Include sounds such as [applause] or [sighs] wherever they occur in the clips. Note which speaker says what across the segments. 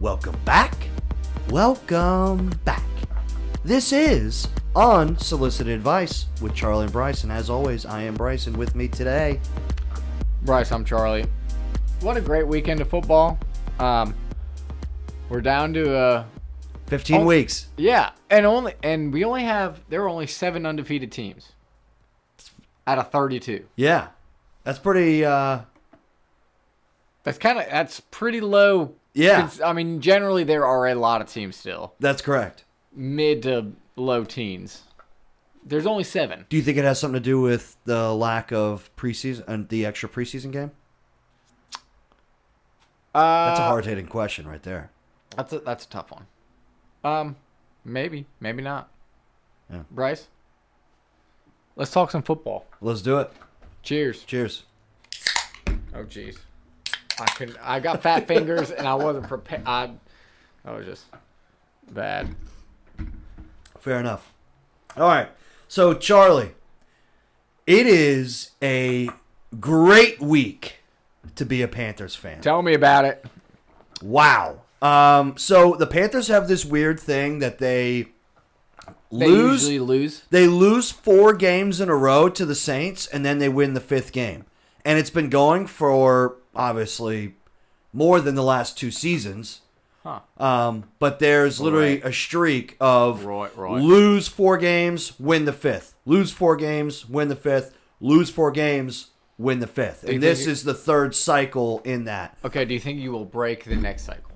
Speaker 1: Welcome back. Welcome back. This is Unsolicited Advice with Charlie and Bryson. As always, I am Bryson with me today.
Speaker 2: Bryce, I'm Charlie. What a great weekend of football. Um, we're down to uh,
Speaker 1: 15
Speaker 2: Oh.
Speaker 1: weeks.
Speaker 2: yeah, and only and we only have there are only seven undefeated teams out of 32.
Speaker 1: Yeah. That's pretty uh
Speaker 2: That's kind of that's pretty low.
Speaker 1: Yeah.
Speaker 2: Cons- I mean generally there are a lot of teams still
Speaker 1: that's correct.
Speaker 2: mid to low teens. There's only seven.
Speaker 1: Do you think it has something to do with the lack of preseason and the extra preseason game?
Speaker 2: Uh,
Speaker 1: That's a hard hitting question right there.
Speaker 2: that's a, that's a tough one. Um, maybe maybe not.
Speaker 1: Yeah.
Speaker 2: Bryce, let's talk some football.
Speaker 1: Let's do it.
Speaker 2: Cheers.
Speaker 1: Cheers.
Speaker 2: Oh jeez. I can I got fat fingers and I wasn't prepared. I I was just bad.
Speaker 1: Fair enough. All right. So, Charlie, it is a great week to be a Panthers fan.
Speaker 2: Tell me about it.
Speaker 1: Wow. Um, so, the Panthers have this weird thing that they,
Speaker 2: They
Speaker 1: lose.
Speaker 2: usually lose.
Speaker 1: They lose four games in a row to the Saints, and then they win the fifth game. And it's been going for, obviously, more than the last two seasons.
Speaker 2: Huh.
Speaker 1: Um, but there's literally a streak of
Speaker 2: Right, right.
Speaker 1: lose four games, win the fifth. Lose four games, win the fifth. Lose four games, win the fifth.
Speaker 2: you
Speaker 1: And this
Speaker 2: think it-
Speaker 1: is the third cycle in that.
Speaker 2: Okay, do you think you will break the next cycle?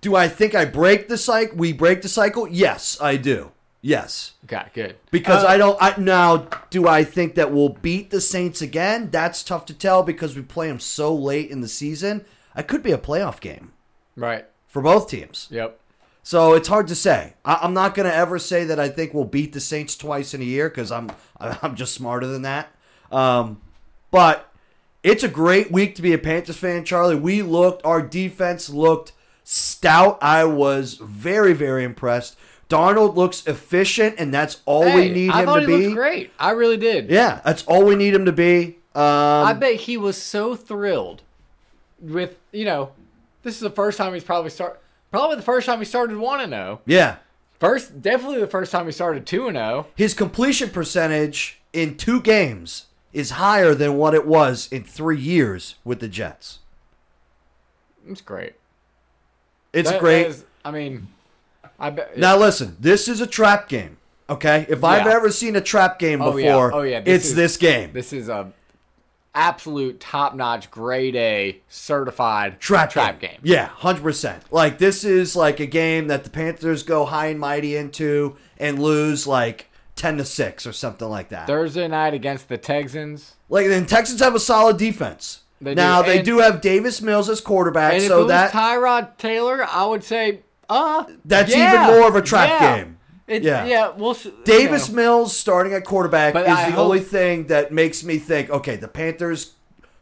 Speaker 1: Do I think I break the cycle? We break the cycle? Yes, I do. Yes.
Speaker 2: Okay, good.
Speaker 1: Because
Speaker 2: Uh,
Speaker 1: I don't. I, now, do I think that we'll beat the Saints again? That's tough to tell because we play them so late in the season. I could be a playoff game
Speaker 2: Right.
Speaker 1: for both teams.
Speaker 2: Yep.
Speaker 1: So it's hard to say. I, I'm not going to ever say that I think we'll beat the Saints twice in a year because I'm [laughs] I'm just smarter than that. Um, but it's a great week to be a Panthers fan, Charlie. We looked, our defense looked stout. I was very very impressed. Darnold looks efficient, and that's all we
Speaker 2: Hey,
Speaker 1: need
Speaker 2: I
Speaker 1: him
Speaker 2: thought
Speaker 1: to
Speaker 2: he
Speaker 1: be.
Speaker 2: looked great. I really did.
Speaker 1: Yeah, that's all we need him to be.
Speaker 2: I
Speaker 1: Um,
Speaker 2: bet he was so thrilled with you know, this is the first time he's probably start probably the first time he started one and zero.
Speaker 1: yeah,
Speaker 2: First, definitely the first time he started two and oh. zero.
Speaker 1: his completion percentage in two games is higher than what it was in three years with the Jets.
Speaker 2: It's great.
Speaker 1: It's
Speaker 2: That- that
Speaker 1: great.
Speaker 2: is- I mean, I bet.
Speaker 1: now listen, this is a trap game. Okay, if I've
Speaker 2: Yeah.
Speaker 1: ever seen a trap game
Speaker 2: Oh,
Speaker 1: before,
Speaker 2: yeah. Oh, yeah. This
Speaker 1: it's
Speaker 2: is-
Speaker 1: this game.
Speaker 2: This is a absolute top notch, grade A certified
Speaker 1: trap
Speaker 2: trap game.
Speaker 1: Yeah, hundred percent. Like this is like a game that the Panthers go high and mighty into and lose like ten to six or something like that.
Speaker 2: Thursday night against the Texans.
Speaker 1: Like then Texans have a solid defense.
Speaker 2: They do,
Speaker 1: now they
Speaker 2: and-
Speaker 1: do have Davis Mills as quarterback,
Speaker 2: And if it
Speaker 1: so
Speaker 2: was
Speaker 1: that
Speaker 2: Tyrod Taylor, I would say, uh,
Speaker 1: That's
Speaker 2: yeah,
Speaker 1: even more of a trap
Speaker 2: yeah.
Speaker 1: game.
Speaker 2: It,
Speaker 1: Yeah.
Speaker 2: yeah. we'll s- you
Speaker 1: Davis
Speaker 2: know.
Speaker 1: Mills starting at quarterback
Speaker 2: But
Speaker 1: is
Speaker 2: I
Speaker 1: the
Speaker 2: hope-
Speaker 1: only thing that makes me think, okay, the Panthers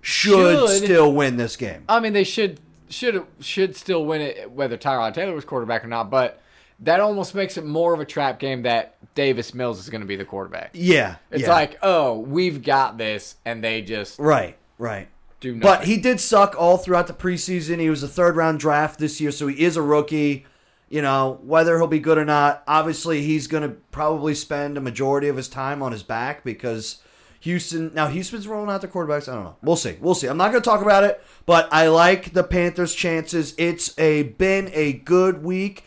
Speaker 1: should,
Speaker 2: Should.
Speaker 1: still win this game.
Speaker 2: I mean, they should should should still win it whether Tyrod Taylor was quarterback or not, but. That almost makes it more of a trap game that Davis Mills is going to be the quarterback.
Speaker 1: Yeah.
Speaker 2: It's
Speaker 1: yeah.
Speaker 2: like, oh, we've got this, and they just
Speaker 1: Right, right.
Speaker 2: do nothing.
Speaker 1: But he did suck all throughout the preseason. He was a third round draft this year, so he is a rookie. You know, whether he'll be good or not, obviously he's going to probably spend a majority of his time on his back because Houston. Now, Houston's rolling out the quarterbacks. I don't know. We'll see. We'll see. I'm not going to talk about it, but I like the Panthers' chances. It's a been a good week.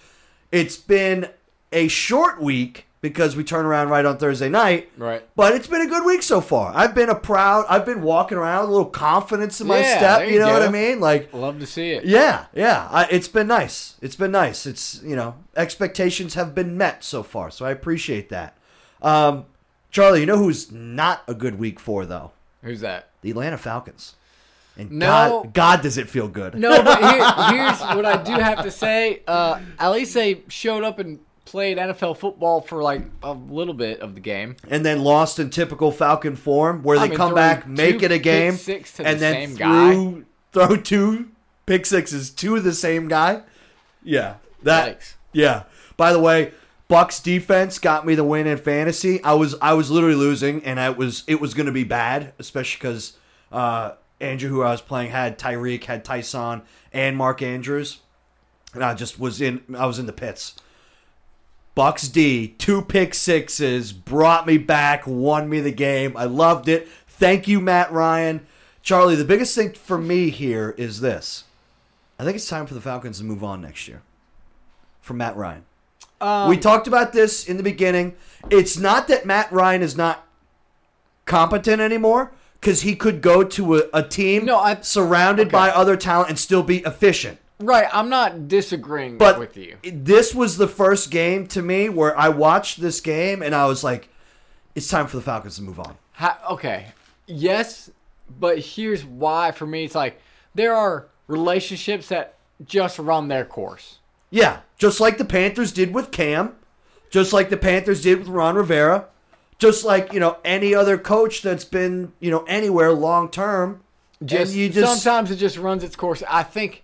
Speaker 1: It's been a short week because we turn around right on Thursday night.
Speaker 2: Right.
Speaker 1: But it's been a good week so far. I've been a proud. I've been walking around with a little confidence in my
Speaker 2: Yeah,
Speaker 1: step.
Speaker 2: there
Speaker 1: You
Speaker 2: you
Speaker 1: know what
Speaker 2: go.
Speaker 1: I mean? Like,
Speaker 2: Love to see it.
Speaker 1: yeah, yeah. I, it's been nice. It's been nice. It's you know expectations have been met so far, so I appreciate that. Um, Charlie, you know who's not a good week for though?
Speaker 2: Who's that?
Speaker 1: The Atlanta Falcons. And
Speaker 2: No.
Speaker 1: God, God, does it feel good?
Speaker 2: No, but here, here's what I do have to say. Uh, at least they showed up and played NFL football for like a little bit of the game.
Speaker 1: and then lost in typical Falcon form, where they
Speaker 2: I mean,
Speaker 1: come
Speaker 2: throwing
Speaker 1: back,
Speaker 2: two
Speaker 1: make it a
Speaker 2: pick
Speaker 1: game,
Speaker 2: six to
Speaker 1: and
Speaker 2: the
Speaker 1: then
Speaker 2: same
Speaker 1: threw, throw two pick sixes to the same guy. Yeah, that.
Speaker 2: Yikes.
Speaker 1: Yeah. By the way, Bucks defense got me the win in fantasy. I was I was literally losing, and I was it was going to be bad, especially because uh, Andrew, who I was playing, had Tyreek, had Tyson, and Mark Andrews, and I just was in. I was in the pits. Bucks D, two pick sixes, brought me back, won me the game. I loved it. Thank you, Matt Ryan. Charlie, the biggest thing for me here is this. I think it's time for the Falcons to move on next year from Matt Ryan.
Speaker 2: Um,
Speaker 1: we talked about this in the beginning. It's not that Matt Ryan is not competent anymore because he could go to a, a team
Speaker 2: No, I-
Speaker 1: surrounded
Speaker 2: okay.
Speaker 1: by other talent and still be efficient.
Speaker 2: Right, I'm not disagreeing
Speaker 1: But
Speaker 2: with you.
Speaker 1: this was the first game to me where I watched this game and I was like, it's time for the Falcons to move on.
Speaker 2: How, okay. Yes, but here's why for me it's like there are relationships that just run their course.
Speaker 1: Yeah, just like the Panthers did with Cam, just like the Panthers did with Ron Rivera, just like you know any other coach that's been you know anywhere long term.
Speaker 2: Just,
Speaker 1: and you just,
Speaker 2: sometimes it just runs its course. I think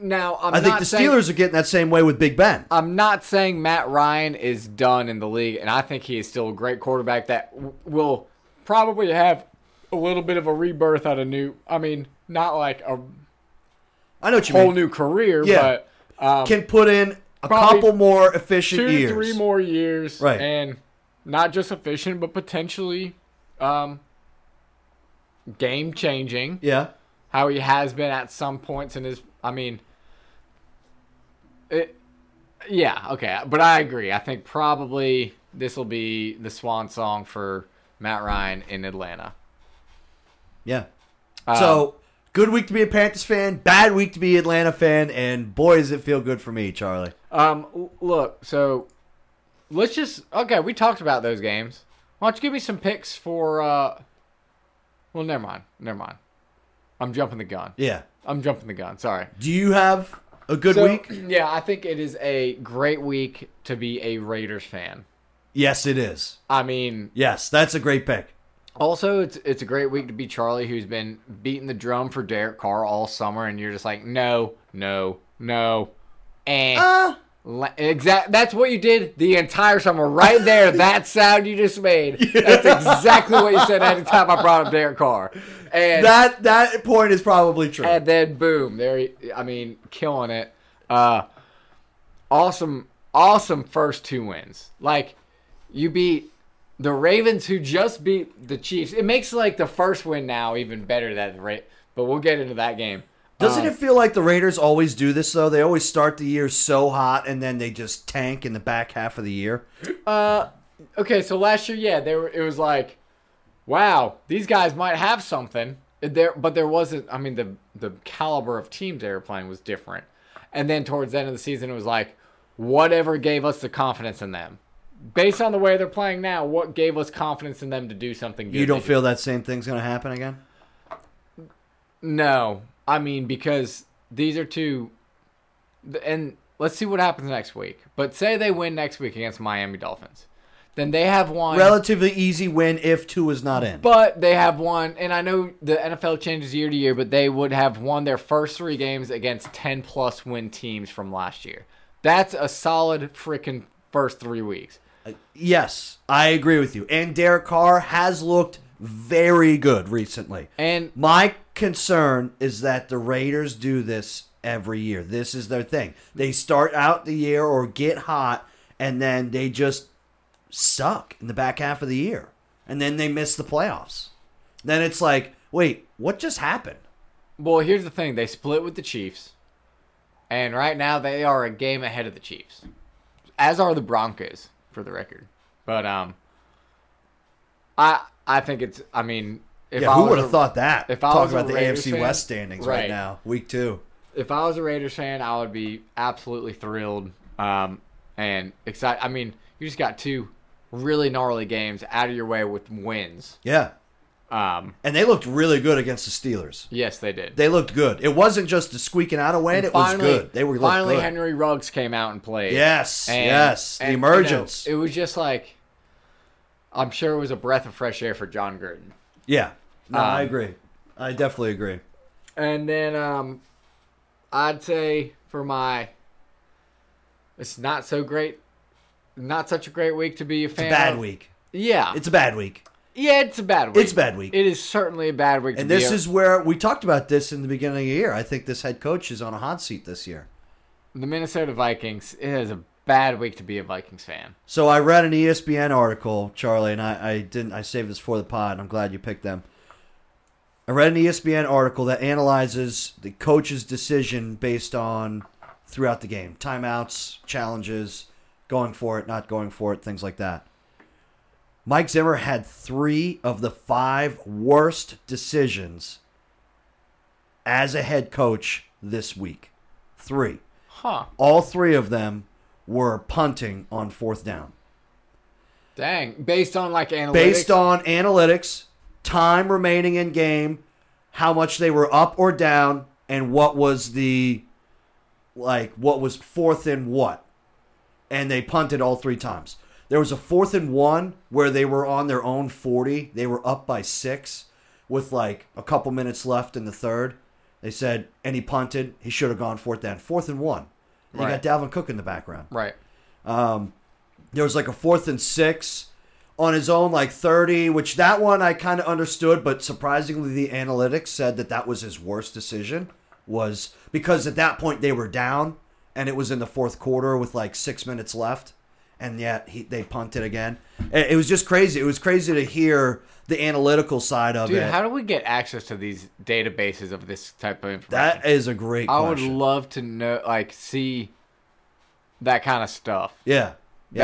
Speaker 2: now I'm
Speaker 1: I think
Speaker 2: not
Speaker 1: the
Speaker 2: saying-
Speaker 1: Steelers are getting that same way with Big Ben.
Speaker 2: I'm not saying Matt Ryan is done in the league, and I think he is still a great quarterback that w- will probably have a little bit of a rebirth out of new. I mean, not like a
Speaker 1: I know what you
Speaker 2: whole
Speaker 1: mean.
Speaker 2: new career,
Speaker 1: Yeah.
Speaker 2: but um,
Speaker 1: Can put in a
Speaker 2: Probably
Speaker 1: couple more efficient
Speaker 2: two,
Speaker 1: years.
Speaker 2: three more years,
Speaker 1: Right.
Speaker 2: And not just efficient, but potentially um, game changing.
Speaker 1: Yeah,
Speaker 2: How he has been at some points in his. I mean, it. Yeah, okay, but I agree. I think probably this will be the swan song for Matt Ryan in Atlanta.
Speaker 1: yeah.
Speaker 2: Um,
Speaker 1: so good week to be a Panthers fan, bad week to be Atlanta fan, and boy does it feel good for me, Charlie.
Speaker 2: Um, l- look, so let's just okay. We talked about those games. Why don't you give me some picks for? uh Well, never mind. Never mind. I'm jumping the gun.
Speaker 1: Yeah.
Speaker 2: I'm jumping the gun. Sorry.
Speaker 1: Do you have a good
Speaker 2: So,
Speaker 1: week?
Speaker 2: Yeah, I think it is a great week to be a Raiders fan.
Speaker 1: Yes, it is.
Speaker 2: I mean,
Speaker 1: Yes, that's a great pick.
Speaker 2: also it's it's a great week to be Charlie, who's been beating the drum for Derek Carr all summer, and you're just like, no, no, no, and.
Speaker 1: Uh,
Speaker 2: La- Exact. That's what you did the entire summer, right there. that sound you just made. That's exactly what you said every time I brought up Derek Carr, and
Speaker 1: that that point is probably true.
Speaker 2: and then boom, there. He, I mean, killing it. Uh, awesome, awesome first two wins. Like you beat the Ravens, who just beat the Chiefs. It makes like the first win now even better. That rate, but we'll get into that game.
Speaker 1: Doesn't
Speaker 2: um,
Speaker 1: it feel like the Raiders always do this though? They always start the year so hot and then they just tank in the back half of the year.
Speaker 2: Okay, so last year, yeah, they were. It was like, wow, these guys might have something. There, but there wasn't. I mean, the the caliber of teams they were playing was different. And then towards the end of the season, it was like, whatever gave us the confidence in them, based on the way they're playing now, what gave us confidence in them to do something good?
Speaker 1: You don't
Speaker 2: this
Speaker 1: feel that same thing's going to happen again?
Speaker 2: No, I mean because these are two, and let's see what happens next week. But say they win next week against Miami Dolphins, then they have one.
Speaker 1: Relatively easy win if two is not in.
Speaker 2: But they have won, and I know the NFL changes year to year, but they would have won their first three games against 10 plus win teams from last year. That's a solid freaking first three weeks.
Speaker 1: yes, I agree with you. And Derek Carr has looked very good recently.
Speaker 2: And
Speaker 1: My concern is that the Raiders do this every year. This is their thing. They start out the year or get hot, and then they just suck in the back half of the year. And then they miss the playoffs. Then it's like, wait, what just happened?
Speaker 2: well, here's the thing they split with the Chiefs, and right now they are a game ahead of the Chiefs, as are the Broncos, for the record. But um, I I think it's I mean if
Speaker 1: Yeah,
Speaker 2: I
Speaker 1: who
Speaker 2: was
Speaker 1: would
Speaker 2: a-
Speaker 1: have thought that?
Speaker 2: if I
Speaker 1: Talk
Speaker 2: was a
Speaker 1: about the
Speaker 2: Raiders
Speaker 1: AFC
Speaker 2: fan-
Speaker 1: West standings right.
Speaker 2: Right.
Speaker 1: now, week two.
Speaker 2: if I was a Raiders fan, I would be absolutely thrilled um, and excited. I mean, you just got two really gnarly games out of your way with wins.
Speaker 1: Yeah.
Speaker 2: Um,
Speaker 1: And they looked really good against the Steelers.
Speaker 2: yes, they did.
Speaker 1: They looked good. It wasn't just the squeaking out a win, it was good. They were looked
Speaker 2: finally
Speaker 1: good.
Speaker 2: Henry Ruggs came out and played.
Speaker 1: Yes,
Speaker 2: And-
Speaker 1: yes.
Speaker 2: and,
Speaker 1: the
Speaker 2: you know,
Speaker 1: emergence.
Speaker 2: it was just like I'm sure it was a breath of fresh air for John Gruden.
Speaker 1: Yeah. No, I
Speaker 2: Um,
Speaker 1: agree. I definitely agree.
Speaker 2: And then um, I'd say for my, it's not so great, not such a great week to be a fan.
Speaker 1: Bad
Speaker 2: of.
Speaker 1: week.
Speaker 2: Yeah,
Speaker 1: It's a bad week.
Speaker 2: Yeah, it's a bad week.
Speaker 1: It's a bad week.
Speaker 2: It is certainly a bad week. to
Speaker 1: And
Speaker 2: be
Speaker 1: this
Speaker 2: a-
Speaker 1: is where we talked about this in the beginning of the year. I think this head coach is on a hot seat this year.
Speaker 2: the Minnesota Vikings. It is a bad week to be a Vikings fan.
Speaker 1: So I read an E ESPN article, Charlie, and I, I didn't. I saved this for the pod. I'm glad you picked them. I read an E ESPN article that analyzes the coach's decision based on throughout the game timeouts, challenges, going for it, not going for it, things like that. Mike Zimmer had three of the five worst decisions as a head coach this week. Three
Speaker 2: Huh.
Speaker 1: all three of them were punting on fourth down.
Speaker 2: Dang. Based on like analytics.
Speaker 1: Based on analytics, time remaining in game, how much they were up or down, and what was the like what was fourth and what. And they punted all three times. There was a fourth and one where they were on their own 40. They were up by six with like a couple minutes left in the third. They said, and he punted. He should have gone fourth down. Fourth and one. They
Speaker 2: Right.
Speaker 1: got Dalvin Cook in the background.
Speaker 2: Right.
Speaker 1: There was like a fourth and six on his own, like 30, which that one I kind of understood, but surprisingly, the analytics said that that was his worst decision. Was because at that point they were down and it was in the fourth quarter with like six minutes left, and yet he, they punted again. It it was just crazy. It was crazy to hear the analytical side of
Speaker 2: Dude,
Speaker 1: it.
Speaker 2: how do we get access to these databases of this type of information?
Speaker 1: that is a great
Speaker 2: I would
Speaker 1: question.
Speaker 2: love to know, like, see that kind of stuff.
Speaker 1: yeah. yeah.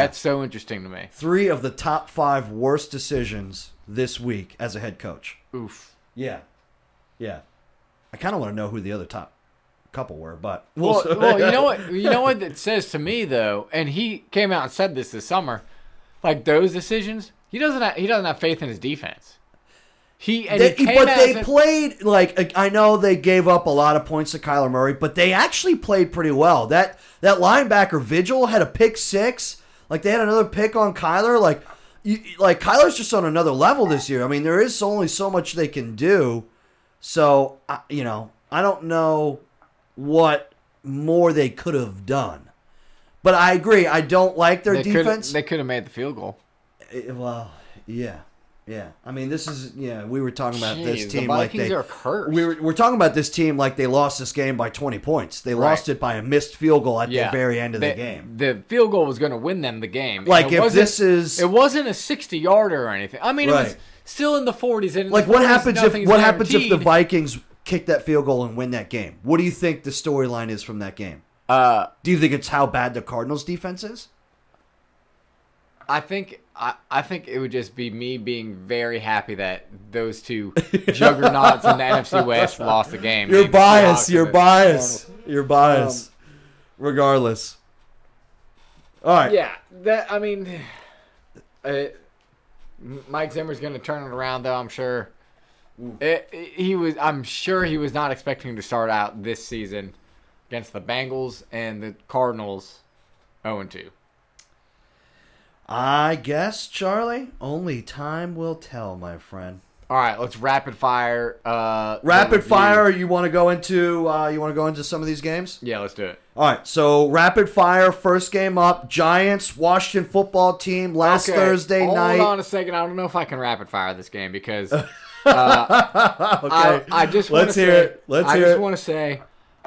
Speaker 2: That's so interesting to me.
Speaker 1: three of the top five worst decisions this week as a head coach.
Speaker 2: Oof.
Speaker 1: Yeah. Yeah. I kind of want to know who the other top couple were, but
Speaker 2: Well,
Speaker 1: [laughs]
Speaker 2: well, you know what? You know what that says to me though, and he came out and said this this summer. Like those decisions, he doesn't. Have, he doesn't have faith in his defense. He and
Speaker 1: They-
Speaker 2: he came
Speaker 1: but
Speaker 2: out
Speaker 1: they
Speaker 2: and-
Speaker 1: played like I know they gave up a lot of points to Kyler Murray, but they actually played pretty well. That that linebacker Vigil had a pick six. Like they had another pick on Kyler. Like you, like Kyler's just on another level this year. I mean, there is only so much they can do. So I, you know, I don't know what more they could have done. But I agree. I don't like their
Speaker 2: they coulda-
Speaker 1: defense.
Speaker 2: They could have made the field goal.
Speaker 1: Eh, well, yeah, yeah. I mean, this is yeah. We were talking about
Speaker 2: Jeez,
Speaker 1: this
Speaker 2: the
Speaker 1: team like
Speaker 2: Vikings
Speaker 1: they
Speaker 2: are cursed.
Speaker 1: we were, we're talking about this team like they lost this game by twenty points. They lost it by a missed field goal at the very end of the
Speaker 2: They-
Speaker 1: game.
Speaker 2: The field goal was going to win them the game. And
Speaker 1: Like,
Speaker 2: it
Speaker 1: if
Speaker 2: wasn't-
Speaker 1: this is-
Speaker 2: it wasn't a sixty yarder or anything. I mean, it was
Speaker 1: Right.
Speaker 2: still in the forties. And in
Speaker 1: Like
Speaker 2: the
Speaker 1: what
Speaker 2: 40s,
Speaker 1: happens if
Speaker 2: nothing's
Speaker 1: what happens if the
Speaker 2: guaranteed.
Speaker 1: Vikings kick that field goal and win that game? What do you think the storyline is from that game?
Speaker 2: Uh,
Speaker 1: Do you think it's how bad the Cardinals defense is?
Speaker 2: I think I, I think it would just be me being very happy that those two
Speaker 1: [laughs]
Speaker 2: juggernauts in the NFC West lost the game.
Speaker 1: Your
Speaker 2: They were
Speaker 1: bias,
Speaker 2: shocked
Speaker 1: your
Speaker 2: that-
Speaker 1: bias, your bias. Regardless. All right.
Speaker 2: Yeah, that I mean, [sighs] uh, Mike Zimmer's going to turn it around though. I'm sure. It, it- he was. I'm sure he was not expecting to start out this season against the Bengals and the Cardinals, 0 and 2.
Speaker 1: I guess, Charlie, only time will tell, my friend.
Speaker 2: All right, let's rapid fire. Uh, the
Speaker 1: Rapid
Speaker 2: review.
Speaker 1: fire, you want to go into uh, you want to go into some of these games?
Speaker 2: Yeah, let's do it.
Speaker 1: All right, so rapid fire first game up, Giants Washington football team last
Speaker 2: Okay,
Speaker 1: Thursday
Speaker 2: hold
Speaker 1: night.
Speaker 2: on a second. I don't know if I can rapid fire this
Speaker 1: [laughs]
Speaker 2: game because uh,
Speaker 1: Okay.
Speaker 2: I, I just wanna
Speaker 1: Let's hear
Speaker 2: say-
Speaker 1: it. Let's
Speaker 2: I
Speaker 1: hear
Speaker 2: just
Speaker 1: it.
Speaker 2: want to say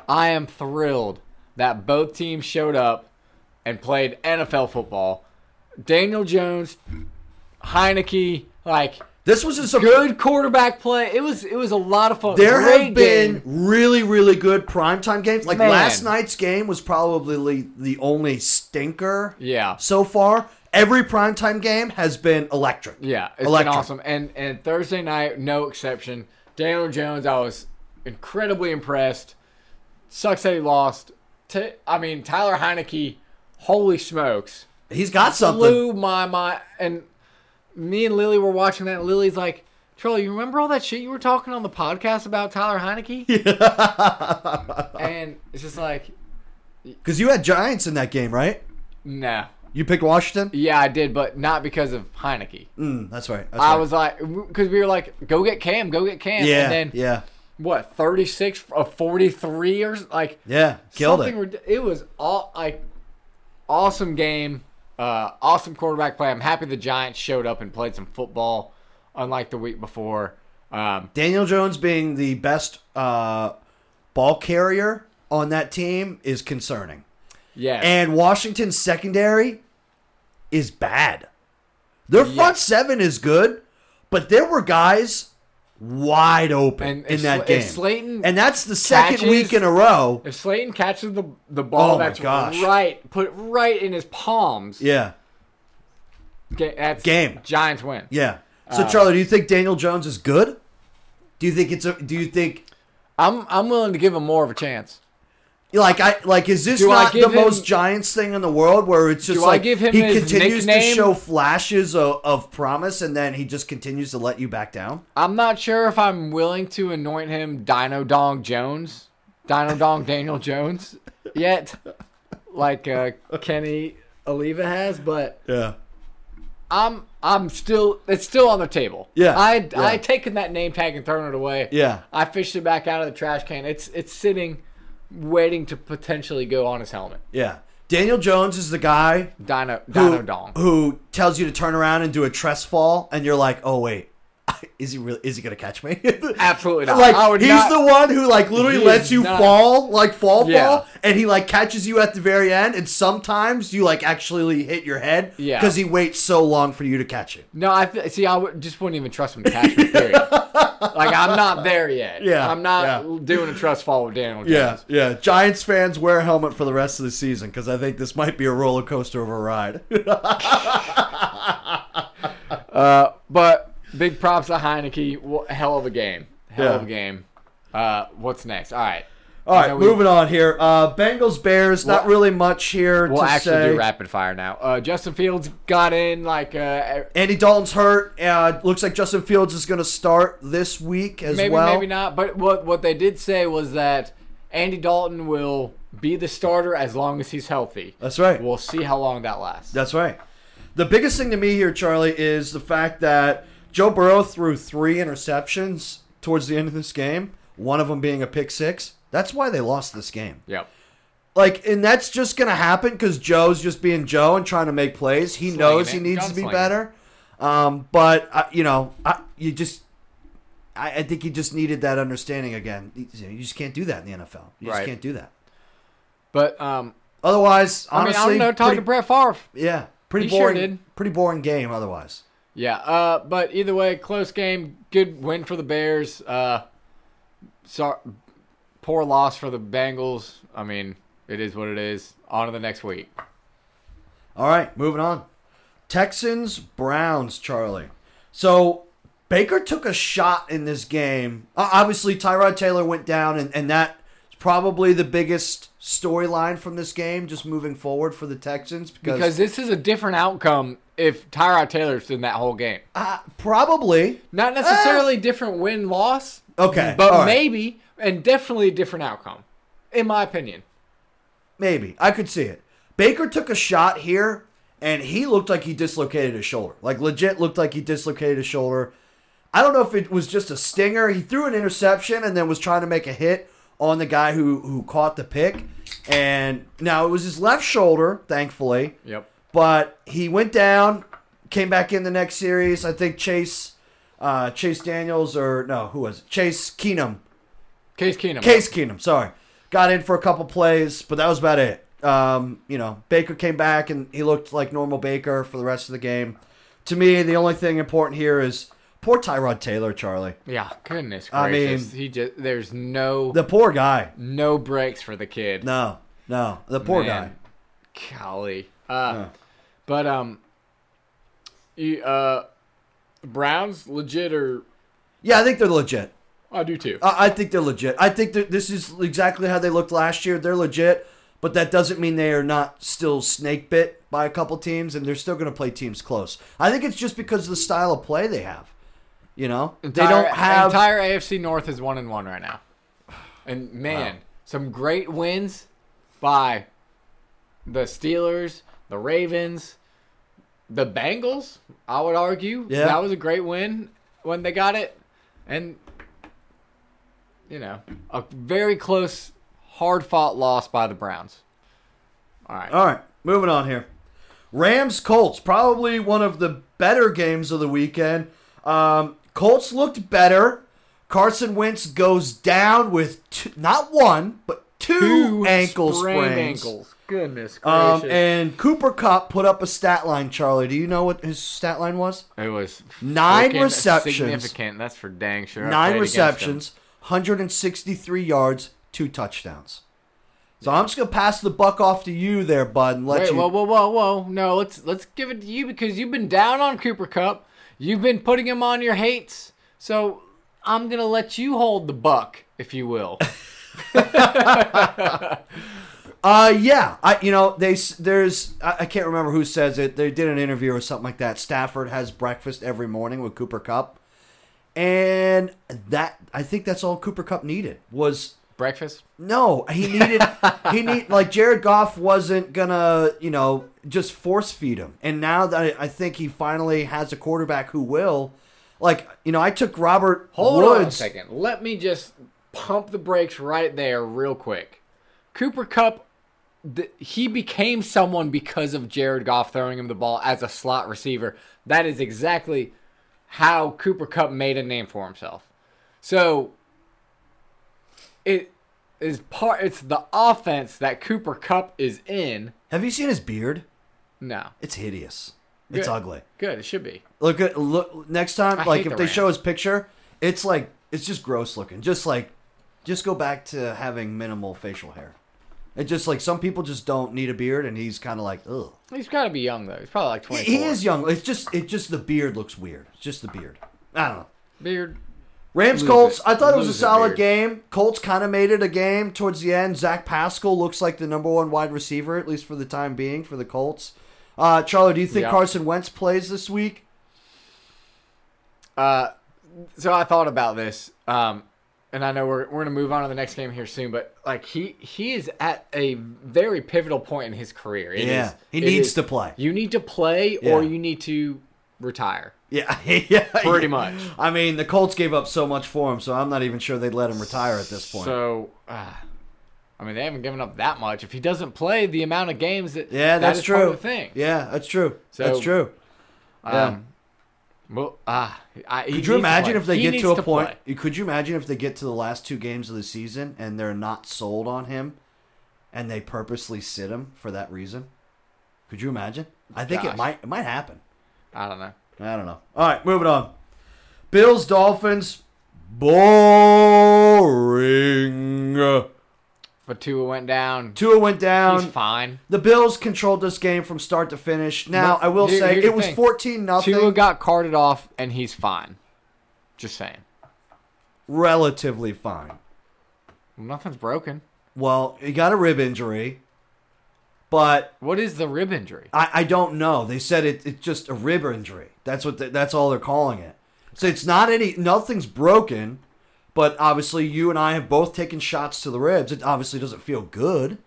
Speaker 2: I am thrilled that both teams showed up and played NFL football. Daniel Jones, Heineke, like
Speaker 1: this was a surprise.
Speaker 2: good quarterback play. It was it was a lot of fun.
Speaker 1: There
Speaker 2: Great
Speaker 1: have been
Speaker 2: game.
Speaker 1: really, really good primetime games. Like
Speaker 2: Man.
Speaker 1: last night's game was probably the only stinker
Speaker 2: yeah
Speaker 1: so far. Every primetime game has been electric.
Speaker 2: Yeah, it's
Speaker 1: Electric.
Speaker 2: been awesome. And and Thursday night, no exception. Daniel Jones, I was incredibly impressed. Sucks that he lost. T- I mean, Tyler Heineke, holy smokes,
Speaker 1: He's got something.
Speaker 2: blew my mind. And me and Lily were watching that. And Lily's like, Charlie, you remember all that shit you were talking on the podcast about
Speaker 1: [laughs]
Speaker 2: Tyler Heineke? and it's just like,
Speaker 1: Because you had Giants in that game, right?
Speaker 2: no.
Speaker 1: You picked Washington.
Speaker 2: Yeah, I did, but not because of Heineke.
Speaker 1: Mm, that's right. That's
Speaker 2: I
Speaker 1: right.
Speaker 2: was like, because we were like, go get Cam, go get Cam.
Speaker 1: Yeah.
Speaker 2: and then
Speaker 1: yeah.
Speaker 2: what 36 or 43 or s- like
Speaker 1: Yeah. Killed
Speaker 2: something
Speaker 1: it.
Speaker 2: rid- it was all like awesome game uh awesome quarterback play i'm happy the giants showed up and played some football unlike the week before. Um,
Speaker 1: Daniel Jones being the best uh, ball carrier on that team is concerning.
Speaker 2: yeah,
Speaker 1: And Washington's secondary is bad. Their
Speaker 2: Yeah.
Speaker 1: front seven is good, but there were guys wide open
Speaker 2: And
Speaker 1: in
Speaker 2: if
Speaker 1: that
Speaker 2: Sl-
Speaker 1: game.
Speaker 2: if Slayton
Speaker 1: and that's the second
Speaker 2: catches-
Speaker 1: week in a row.
Speaker 2: if Slayton catches the the ball
Speaker 1: Oh my
Speaker 2: that's
Speaker 1: gosh.
Speaker 2: right, put right in his palms.
Speaker 1: Yeah,
Speaker 2: ga- that's
Speaker 1: Game.
Speaker 2: Giants win.
Speaker 1: yeah. So Charlie, do you think Daniel Jones is good? Do you think it's a? Do you think
Speaker 2: I'm I'm willing to give him more of a chance.
Speaker 1: like I like is this
Speaker 2: Do I
Speaker 1: not the
Speaker 2: give him-
Speaker 1: most Giants thing in the world where it's just
Speaker 2: Do I
Speaker 1: like
Speaker 2: give him
Speaker 1: he
Speaker 2: his
Speaker 1: continues to
Speaker 2: nickname?
Speaker 1: show flashes of, of promise and then he just continues to let you back down?
Speaker 2: I'm not sure if I'm willing to anoint him Dino Dong Jones, Dino Dong Daniel Jones yet, like uh, Kenny Oliva has, but
Speaker 1: Yeah.
Speaker 2: I'm I'm still it's still on the table.
Speaker 1: Yeah,
Speaker 2: I
Speaker 1: yeah.
Speaker 2: I taken that name tag and thrown it away.
Speaker 1: Yeah.
Speaker 2: I fished it back out of the trash can. It's it's sitting, waiting to potentially go on his helmet.
Speaker 1: Yeah. Daniel Jones is the guy
Speaker 2: Dino
Speaker 1: who,
Speaker 2: Dino Dong.
Speaker 1: who tells you to turn around and do a tress fall, and you're like, oh wait, [laughs] is he really? Is he gonna catch me? [laughs]
Speaker 2: Absolutely not.
Speaker 1: Like
Speaker 2: I would
Speaker 1: he's
Speaker 2: not-
Speaker 1: the one who like literally
Speaker 2: He
Speaker 1: lets
Speaker 2: is
Speaker 1: you
Speaker 2: not-
Speaker 1: fall, like fall,
Speaker 2: Yeah.
Speaker 1: fall, and he like catches you at the very end, and sometimes you like actually hit your head,
Speaker 2: Yeah.
Speaker 1: because he waits so long for you to catch it.
Speaker 2: No, I th- see. I would, just wouldn't even trust him to catch me. Period.
Speaker 1: [laughs]
Speaker 2: like I'm not there yet.
Speaker 1: Yeah,
Speaker 2: I'm not
Speaker 1: yeah.
Speaker 2: doing a trust fall with Daniel Jones.
Speaker 1: Yeah, yeah. Giants fans wear a helmet for the rest of the season because I think this might be a roller coaster of a ride. [laughs]
Speaker 2: Uh, but big props to Heineke. Wha- Hell of a game. Hell of a
Speaker 1: Yeah.
Speaker 2: game. Uh, what's next? All right.
Speaker 1: All
Speaker 2: I
Speaker 1: right,
Speaker 2: know we-
Speaker 1: moving on here. Uh, Bengals Bears. Not
Speaker 2: We'll-
Speaker 1: really much here
Speaker 2: We'll
Speaker 1: to
Speaker 2: actually
Speaker 1: say.
Speaker 2: do rapid fire now. Uh, Justin Fields got in like uh,
Speaker 1: Andy Dalton's hurt. Uh, looks like Justin Fields is going to start this week as
Speaker 2: maybe
Speaker 1: well.
Speaker 2: maybe not. But what what they did say was that Andy Dalton will be the starter as long as he's healthy.
Speaker 1: That's right.
Speaker 2: We'll see how long that lasts.
Speaker 1: That's right. The biggest thing to me here, Charlie, is the fact that Joe Burrow threw three interceptions towards the end of this game. One of them being a pick six. That's why they lost this game.
Speaker 2: yep.
Speaker 1: Like, and that's just gonna happen because Joe's just being Joe and trying to make plays. He
Speaker 2: Slinging
Speaker 1: knows he
Speaker 2: it.
Speaker 1: needs to be
Speaker 2: Gunslinging.
Speaker 1: better. Um, but I, you know, I, you just, I, I think he just needed that understanding again. You, you just can't do that in the NFL. You just
Speaker 2: Right.
Speaker 1: can't do that.
Speaker 2: But um,
Speaker 1: Otherwise,
Speaker 2: I mean,
Speaker 1: honestly,
Speaker 2: I don't know. Talk
Speaker 1: pretty,
Speaker 2: to Brett Favre.
Speaker 1: yeah, pretty
Speaker 2: He sure
Speaker 1: boring.
Speaker 2: did.
Speaker 1: Pretty boring game. Otherwise,
Speaker 2: Yeah, uh, but either way, close game, good win for the Bears. Uh, sor poor loss for the Bengals. I mean, it is what it is. On to the next week.
Speaker 1: all right, moving on. Texans Browns, Charlie. So Baker took a shot in this game. O- Obviously, Tyrod Taylor went down, and, and that's probably the biggest storyline from this game, just moving forward for the Texans. Because,
Speaker 2: Because this is a different outcome if Tyrod Taylor's in that whole game.
Speaker 1: uh, probably,
Speaker 2: Not necessarily different win loss.
Speaker 1: Ah! Okay,
Speaker 2: But
Speaker 1: all right.
Speaker 2: maybe, and definitely a different outcome, in my opinion.
Speaker 1: maybe, I could see it. Baker took a shot here, and he looked like he dislocated his shoulder. Like, legit looked like he dislocated his shoulder. I don't know if it was just a stinger. He threw an interception and then was trying to make a hit on the guy who, who caught the pick. And now it was his left shoulder, thankfully.
Speaker 2: Yep.
Speaker 1: but he went down, came back in the next series. I think Chase, uh, Chase Daniels or no, who was it? Chase Keenum,
Speaker 2: Case Keenum.
Speaker 1: Case Keenum. Sorry, got in for a couple plays, but that was about it. Um, you know, Baker came back and he looked like normal Baker for the rest of the game. To me, the only thing important here is poor Tyrod Taylor, Charlie.
Speaker 2: Yeah, goodness
Speaker 1: I mean-
Speaker 2: gracious. he just there's no
Speaker 1: The poor guy.
Speaker 2: no breaks for the kid.
Speaker 1: No, no, the poor guy.
Speaker 2: Man. Golly. Uh, But um, you, uh, Browns legit or
Speaker 1: Yeah, I think they're legit.
Speaker 2: I do too.
Speaker 1: I I think they're legit. I think that this is exactly how they looked last year. They're legit, but that doesn't mean they are not still snake bit by a couple teams, and they're still going to play teams close. I think it's just because of the style of play they have. You know, they
Speaker 2: Entire-
Speaker 1: don't have.
Speaker 2: entire AFC North is one and one right now, and man, some great wins by the Steelers, the Ravens, the Bengals. I would argue
Speaker 1: Yeah.
Speaker 2: that was a great win when they got it, and you know a very close, hard fought loss by the Browns. All right.
Speaker 1: All right, moving on here. Rams Colts, probably one of the better games of the weekend. Um, Colts looked better. Carson Wentz goes down with two, not one, but two, ankle
Speaker 2: sprained
Speaker 1: sprains.
Speaker 2: ankles. Goodness gracious.
Speaker 1: Um, and Cooper Cup put up a stat line, Charlie. Do you know what his stat line was?
Speaker 2: it was
Speaker 1: nine
Speaker 2: freaking
Speaker 1: receptions.
Speaker 2: Significant. That's for dang sure. I
Speaker 1: Nine
Speaker 2: played against him.
Speaker 1: receptions, 163 yards, two touchdowns. So I'm just gonna pass the buck off to you there, bud, and let
Speaker 2: Wait,
Speaker 1: you.
Speaker 2: whoa, whoa, whoa, whoa! No, let's let's give it to you because you've been down on Cooper Cup. You've been putting him on your hates. So I'm gonna let you hold the buck, if you
Speaker 1: [laughs]
Speaker 2: will.
Speaker 1: Uh, yeah, I you know they s- there's I, I can't remember who says it. They did an interview or something like that. Stafford has breakfast every morning with Cooper Cup, and that I think that's all Cooper Cup needed was
Speaker 2: Breakfast.
Speaker 1: No, he
Speaker 2: [laughs]
Speaker 1: needed he need like Jared Goff wasn't gonna you know just force feed him, and now that I, I think he finally has a quarterback who will, like you know I took Robert
Speaker 2: Hold
Speaker 1: Woods.
Speaker 2: on a second. Let me just pump the brakes right there, real quick. Cooper Cup, th- he became someone because of Jared Goff throwing him the ball as a slot receiver. That is exactly how Cooper Cup made a name for himself. So it is part. It's the offense that Cooper Cup is in.
Speaker 1: Have you seen his beard?
Speaker 2: No,
Speaker 1: It's hideous. It's
Speaker 2: Good.
Speaker 1: ugly.
Speaker 2: good. It should be.
Speaker 1: Look at look next time.
Speaker 2: I
Speaker 1: like
Speaker 2: hate
Speaker 1: if
Speaker 2: the
Speaker 1: they
Speaker 2: Rams.
Speaker 1: show his picture, it's like it's just gross looking. Just like just go back to having minimal facial hair. It just like some people just don't need a beard, and he's kind of like ugh.
Speaker 2: He's got to be young though. He's probably like
Speaker 1: He-
Speaker 2: twenty.
Speaker 1: He is young. It's just it just the beard looks weird. It's just the beard. I don't know.
Speaker 2: beard.
Speaker 1: Rams
Speaker 2: Lose
Speaker 1: Colts.
Speaker 2: it.
Speaker 1: I thought it was a
Speaker 2: Lose it,
Speaker 1: solid
Speaker 2: beard.
Speaker 1: game. Colts kind of made it a game towards the end. Zach Pascal looks like the number one wide receiver at least for the time being for the Colts. Uh, Charlie, do you think
Speaker 2: Yeah.
Speaker 1: Carson Wentz plays this week?
Speaker 2: Uh, so I thought about this, um, and I know we're, we're gonna move on to the next game here soon, but like he he is at a very pivotal point in his career. It
Speaker 1: Yeah,
Speaker 2: is-
Speaker 1: he
Speaker 2: it
Speaker 1: needs
Speaker 2: is-
Speaker 1: to play.
Speaker 2: You need to play, or
Speaker 1: Yeah.
Speaker 2: you need to retire.
Speaker 1: Yeah, [laughs] yeah,
Speaker 2: Pretty much.
Speaker 1: I mean, the Colts gave up so much for him, so I'm not even sure they'd let him retire at this point.
Speaker 2: So, uh, I mean, they haven't given up that much. If he doesn't play, the amount of games that
Speaker 1: yeah,
Speaker 2: that
Speaker 1: that's
Speaker 2: is
Speaker 1: true.
Speaker 2: part of the thing.
Speaker 1: Yeah, that's true.
Speaker 2: So,
Speaker 1: that's true. Yeah.
Speaker 2: Um, well, ah, I, he
Speaker 1: Could you
Speaker 2: needs to
Speaker 1: imagine
Speaker 2: play.
Speaker 1: if they
Speaker 2: He
Speaker 1: get
Speaker 2: needs
Speaker 1: to a point?
Speaker 2: play.
Speaker 1: Could you imagine if they get to the last two games of the season and they're not sold on him, and they purposely sit him for that reason? Could you imagine? I think it
Speaker 2: Gosh.
Speaker 1: might. It might happen.
Speaker 2: I don't know.
Speaker 1: I don't know. All right, moving on. Bills Dolphins boring.
Speaker 2: But Tua went down.
Speaker 1: Tua went down.
Speaker 2: He's fine.
Speaker 1: The Bills controlled this game from start to finish. Now
Speaker 2: But
Speaker 1: I will
Speaker 2: here-
Speaker 1: say
Speaker 2: here's the
Speaker 1: it was
Speaker 2: thing.
Speaker 1: fourteen
Speaker 2: Tua
Speaker 1: nothing,
Speaker 2: got carted off, and he's fine. Just saying,
Speaker 1: relatively fine.
Speaker 2: nothing's broken.
Speaker 1: Well, he got a rib injury, but
Speaker 2: What is the rib injury?
Speaker 1: I, I don't know. They said it, it's just a rib injury. That's what the, that's all they're calling it. So it's not any nothing's broken, but obviously you and I have both taken shots to the ribs. It obviously doesn't feel good,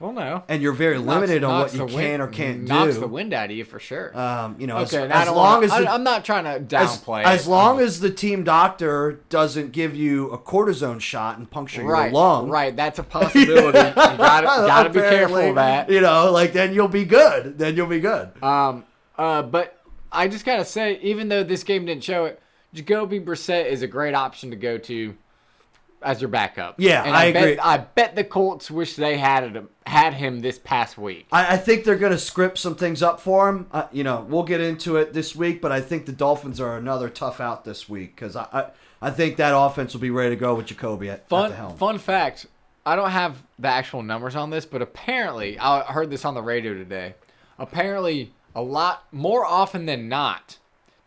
Speaker 2: Well, no.
Speaker 1: and you're very limited on what
Speaker 2: Knocks-
Speaker 1: you
Speaker 2: knocks the
Speaker 1: can
Speaker 2: wind-
Speaker 1: or can't
Speaker 2: knocks
Speaker 1: do.
Speaker 2: the wind out of you for sure.
Speaker 1: um, you know, as,
Speaker 2: okay, and I
Speaker 1: as
Speaker 2: don't
Speaker 1: long
Speaker 2: wanna-
Speaker 1: as the,
Speaker 2: I, am not trying to
Speaker 1: as,
Speaker 2: downplay.
Speaker 1: as
Speaker 2: it.
Speaker 1: long as the team doctor doesn't give you a cortisone shot and puncture
Speaker 2: right,
Speaker 1: your lung, uh,
Speaker 2: right, that's a possibility.
Speaker 1: [laughs]
Speaker 2: you gotta gotta be careful
Speaker 1: apparently,
Speaker 2: of that.
Speaker 1: You know, like then you'll be good. Then you'll be good.
Speaker 2: Um, uh, but I just gotta say, even though this game didn't show it, Jacoby Brissett is a great option to go to as your backup.
Speaker 1: Yeah,
Speaker 2: and
Speaker 1: I
Speaker 2: bet,
Speaker 1: agree.
Speaker 2: I bet the Colts wish they had it, had him this past week.
Speaker 1: I, I think they're going to script some things up for him. Uh, you know, we'll get into it this week, but I think the Dolphins are another tough out this week because I, I, I think that offense will be ready to go with Jacoby at, at the helm.
Speaker 2: Fun fun fact: I don't have the actual numbers on this, but apparently, I heard this on the radio today. Apparently, a lot more often than not,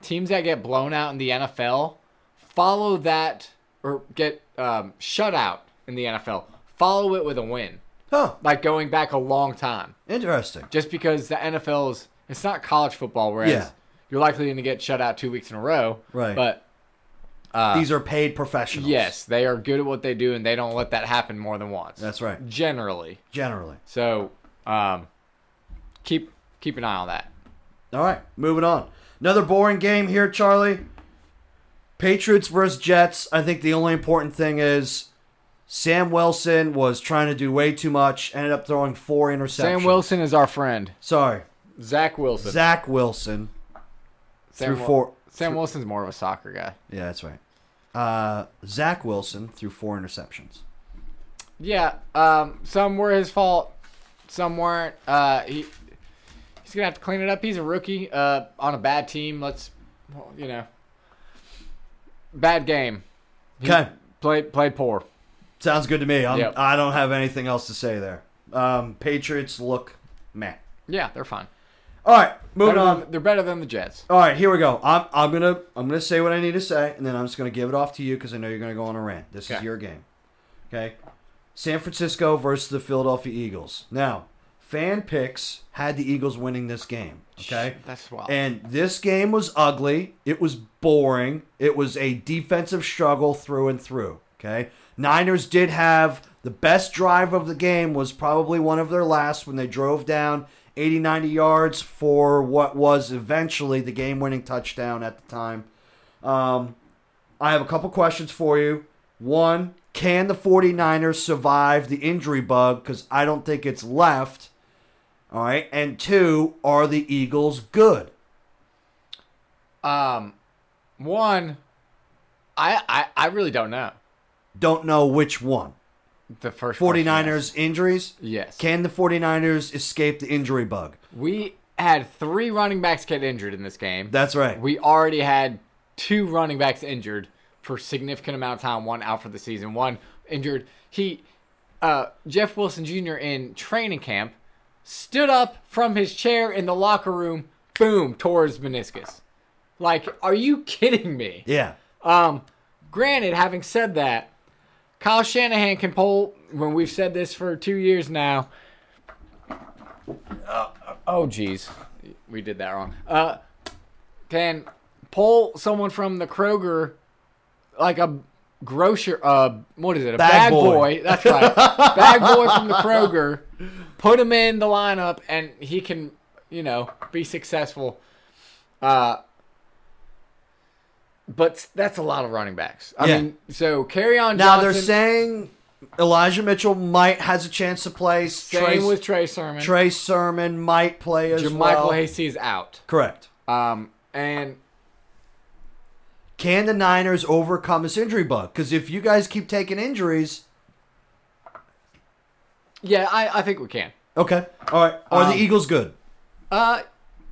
Speaker 2: teams that get blown out in the NFL follow that or get um, shut out in the NFL follow it with a win,
Speaker 1: Huh,
Speaker 2: like going back a long time.
Speaker 1: interesting.
Speaker 2: Just because the NFL is, it's not college football, whereas
Speaker 1: Yeah.
Speaker 2: you're likely going to get shut out two weeks in a row.
Speaker 1: Right.
Speaker 2: But
Speaker 1: These are paid professionals.
Speaker 2: Uh, yes, they are good at what they do, and they don't let that happen more than once.
Speaker 1: That's right,
Speaker 2: generally.
Speaker 1: generally.
Speaker 2: So, um, keep keep an eye on that.
Speaker 1: All right, moving on. Another boring game here, Charlie. Patriots versus Jets. I think the only important thing is Sam Wilson was trying to do way too much, ended up throwing four interceptions.
Speaker 2: Sam Wilson is our friend.
Speaker 1: Sorry,
Speaker 2: Zach Wilson.
Speaker 1: Zach Wilson
Speaker 2: Sam
Speaker 1: threw
Speaker 2: Wil-
Speaker 1: four
Speaker 2: Sam Wilson's more of a soccer guy.
Speaker 1: Yeah, that's right. Uh, Zach Wilson threw four interceptions.
Speaker 2: Yeah, um, some were his fault, some weren't. Uh, he he's gonna have to clean it up. He's a rookie uh, on a bad team. Let's, well, you know, bad game. He
Speaker 1: Okay.
Speaker 2: played played poor.
Speaker 1: Sounds good to me. I'm,
Speaker 2: Yep.
Speaker 1: I don't have anything else to say there. Um, Patriots look meh.
Speaker 2: Yeah, they're fine.
Speaker 1: All right, moving
Speaker 2: Better
Speaker 1: on.
Speaker 2: than- they're better than the Jets.
Speaker 1: All right, here we go. I'm, I'm gonna I'm gonna say what I need to say, and then I'm just gonna give it off to you because I know you're gonna go on a rant. This is
Speaker 2: Okay.
Speaker 1: your game. Okay. San Francisco versus the Philadelphia Eagles. Now, fan picks had the Eagles winning this game. Okay.
Speaker 2: That's wild.
Speaker 1: And this game was ugly. It was boring. It was a defensive struggle through and through. Okay. Niners did have the best drive of the game was probably one of their last when they drove down 80 90 yards for what was eventually the game winning touchdown at the time. Um, I have a couple questions for you. One, can the 49ers survive the injury bug? Because I don't think it's left. All right. And two, are the Eagles good?
Speaker 2: Um, one, I, I I really don't know
Speaker 1: Don't know which one.
Speaker 2: the first question.
Speaker 1: 49ers injuries?
Speaker 2: Yes,
Speaker 1: Can the 49ers escape the injury bug?
Speaker 2: we had three running backs get injured in this game.
Speaker 1: That's right.
Speaker 2: we already had two running backs injured for significant amount of time. One out for the season. One injured. He, uh, Jeff Wilson Jr. in training camp stood up from his chair in the locker room. Boom, tore his meniscus. Like, are you kidding me?
Speaker 1: Yeah.
Speaker 2: Um, granted, having said that, Kyle Shanahan can pull. When we've said this for two years now. Uh, oh, geez, we did that wrong. Uh, can pull someone from the Kroger, like a grocer. Uh, what is it? A
Speaker 1: Bag
Speaker 2: bag,
Speaker 1: boy.
Speaker 2: boy. That's right. bag boy from the Kroger. Put him in the lineup, and he can, you know, be successful. Uh, but that's a lot of running backs. I
Speaker 1: Yeah.
Speaker 2: mean, so carry on.
Speaker 1: Now they're
Speaker 2: Johnson,
Speaker 1: saying Elijah Mitchell might has a chance to play.
Speaker 2: same
Speaker 1: Trey,
Speaker 2: with Trey Sermon.
Speaker 1: Trey Sermon might play as
Speaker 2: Jermichael
Speaker 1: well.
Speaker 2: Hasty is out.
Speaker 1: Correct.
Speaker 2: Um, and
Speaker 1: Can the Niners overcome this injury bug? Because if you guys keep taking injuries,
Speaker 2: yeah, I, I think we can.
Speaker 1: okay, all right. Are
Speaker 2: Um,
Speaker 1: the Eagles good?
Speaker 2: Uh,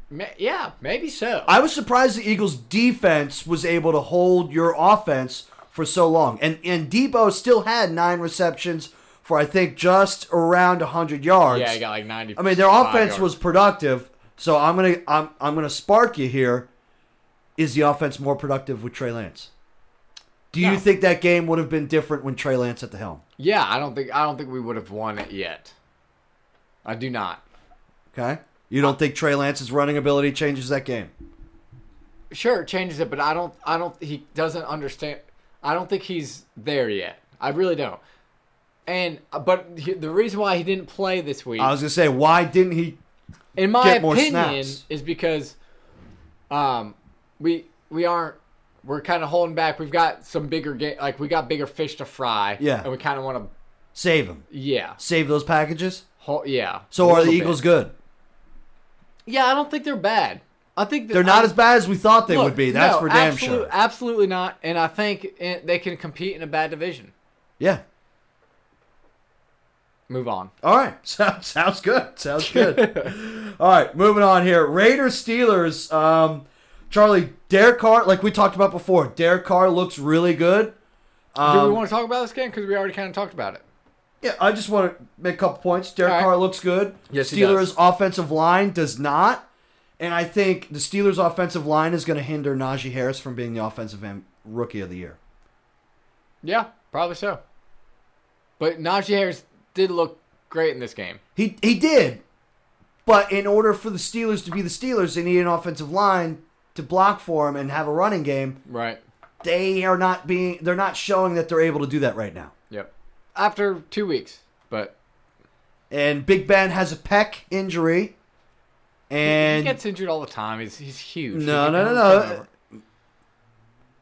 Speaker 2: ma- yeah, maybe so.
Speaker 1: I was surprised the Eagles' defense was able to hold your offense for so long, and and Debo still had nine receptions for I think just around hundred yards.
Speaker 2: yeah, I got like ninety.
Speaker 1: I mean, their offense was productive. So I'm gonna I'm I'm gonna spark you here. Is the offense more productive with Trey Lance? Do you
Speaker 2: No.
Speaker 1: think that game would have been different when Trey Lance at the helm?
Speaker 2: Yeah, I don't think I don't think we would have won it yet. I do not.
Speaker 1: Okay, you don't think Trey Lance's running ability changes that game?
Speaker 2: Sure, it changes it, but I don't. I don't. He doesn't understand. I don't think he's there yet. I really don't. And uh, but he, the reason why he didn't play this week,
Speaker 1: I was gonna say, why didn't he?
Speaker 2: in my
Speaker 1: get more
Speaker 2: opinion,
Speaker 1: snaps.
Speaker 2: is because um we we aren't we're kind of holding back. We've got some bigger game, like we got bigger fish to fry.
Speaker 1: Yeah.
Speaker 2: and we kind of want to.
Speaker 1: Save him,
Speaker 2: Yeah,
Speaker 1: save those packages.
Speaker 2: Ho- yeah.
Speaker 1: So
Speaker 2: a
Speaker 1: are the
Speaker 2: little bit.
Speaker 1: Eagles good?
Speaker 2: Yeah, I don't think they're bad. I think that-
Speaker 1: They're not
Speaker 2: I-
Speaker 1: as bad as we thought they
Speaker 2: Look,
Speaker 1: would be. That's
Speaker 2: no,
Speaker 1: for damn
Speaker 2: absolu-
Speaker 1: sure.
Speaker 2: Absolutely not. And I think eh, they can compete in a bad division.
Speaker 1: Yeah.
Speaker 2: Move on.
Speaker 1: All right. [laughs] Sounds sounds good.
Speaker 2: [laughs]
Speaker 1: Sounds good. All right. Moving on here. Raiders Steelers. Um, Charlie Derek Carr. Like we talked about before, Derek Carr looks really good.
Speaker 2: Do we
Speaker 1: Um,
Speaker 2: want to talk about this game? Because we already kind of talked about it.
Speaker 1: yeah, I just want to make a couple points. Derek
Speaker 2: All right.
Speaker 1: Carr looks good.
Speaker 2: Yes, he
Speaker 1: Steelers offensive line does not, and I think the Steelers offensive line is going to hinder Najee Harris from being the offensive M- rookie of the year.
Speaker 2: Yeah, probably so. But Najee Harris did look great in this game.
Speaker 1: He he did, but in order for the Steelers to be the Steelers, they need an offensive line to block for him and have a running game.
Speaker 2: Right.
Speaker 1: They are not being they're not showing that they're able to do that right now.
Speaker 2: Yep. After two weeks, but
Speaker 1: And Big Ben has a pec injury, and
Speaker 2: he gets injured all the time. He's he's huge.
Speaker 1: no no
Speaker 2: He
Speaker 1: no
Speaker 2: can
Speaker 1: no.
Speaker 2: recover.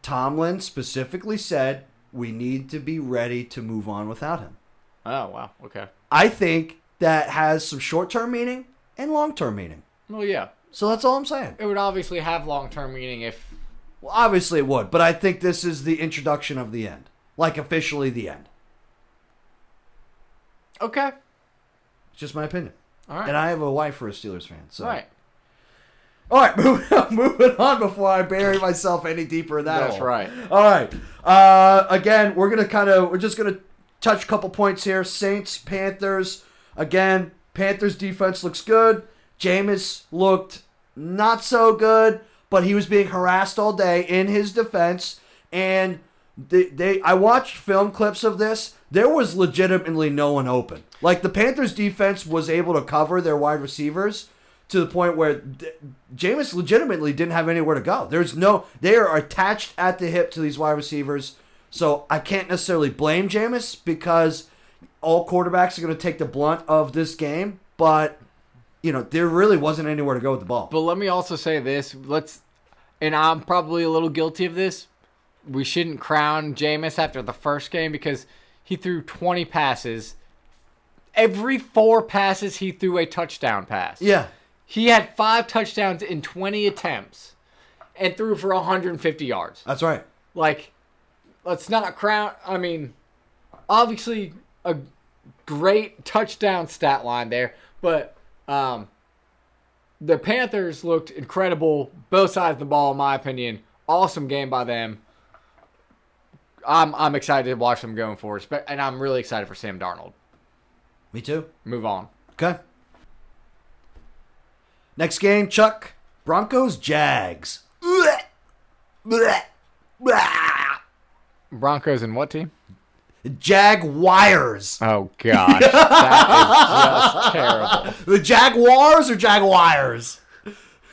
Speaker 1: Tomlin specifically said we need to be ready to move on without him.
Speaker 2: Oh wow. Okay.
Speaker 1: I think that has some short term meaning and long term meaning.
Speaker 2: Well, yeah.
Speaker 1: So that's all I'm saying.
Speaker 2: It would obviously have long term meaning if
Speaker 1: Well, obviously it would, but I think this is the introduction of the end, like officially the end.
Speaker 2: Okay.
Speaker 1: It's just my opinion.
Speaker 2: All right.
Speaker 1: And I have a wife for a Steelers fan. So.
Speaker 2: All right.
Speaker 1: All right, [laughs] moving on, moving on before I bury myself any deeper in that.
Speaker 2: That's
Speaker 1: hole.
Speaker 2: right.
Speaker 1: All right. Uh, again, we're gonna kind of we're just gonna touch a couple points here. Saints, Panthers. Again, Panthers defense looks good. Jameis looked not so good, but he was being harassed all day in his defense. And they, they I watched film clips of this. There was legitimately no one open. Like the Panthers defense was able to cover their wide receivers to the point where D- Jameis legitimately didn't have anywhere to go. There's no, they are attached at the hip to these wide receivers. So I can't necessarily blame Jameis because all quarterbacks are going to take the blunt of this game. But, you know, there really wasn't anywhere to go with the ball.
Speaker 2: But let me also say this. Let's, and I'm probably a little guilty of this. We shouldn't crown Jameis after the first game because he threw 20 passes. Every four passes, he threw a touchdown pass.
Speaker 1: yeah.
Speaker 2: He had five touchdowns in 20 attempts and threw for 150 yards.
Speaker 1: That's right.
Speaker 2: Like, let's not crown. I mean, obviously a great touchdown stat line there, but um, the Panthers looked incredible. Both sides of the ball, in my opinion. Awesome game by them. I'm I'm excited to watch them going forward, spe- and I'm really excited for Sam Darnold.
Speaker 1: Me too.
Speaker 2: Move on.
Speaker 1: Okay. Next game, Chuck. Broncos, Jags. Blech. Blech. Blah.
Speaker 2: Broncos and what team?
Speaker 1: Jag wires.
Speaker 2: Oh gosh, [laughs] that is just terrible.
Speaker 1: The Jaguars or Jaguars?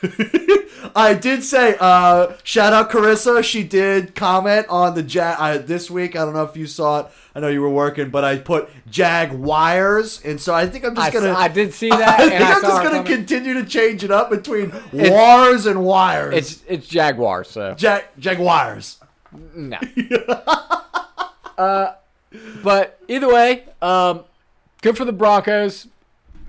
Speaker 1: [laughs] I did say uh, shout out Carissa. She did comment on the Jag I, this week. I don't know if you saw it. I know you were working, but I put Jaguars, and so I think I'm just
Speaker 2: I,
Speaker 1: gonna.
Speaker 2: s-
Speaker 1: [laughs]
Speaker 2: I did see
Speaker 1: I
Speaker 2: that.
Speaker 1: think
Speaker 2: and I
Speaker 1: am
Speaker 2: saw
Speaker 1: just
Speaker 2: her
Speaker 1: gonna
Speaker 2: coming.
Speaker 1: continue to change it up between wars and wires.
Speaker 2: It's it's Jaguars, so
Speaker 1: Jag Jaguars.
Speaker 2: [laughs] no. uh, but either way, um, good for the Broncos.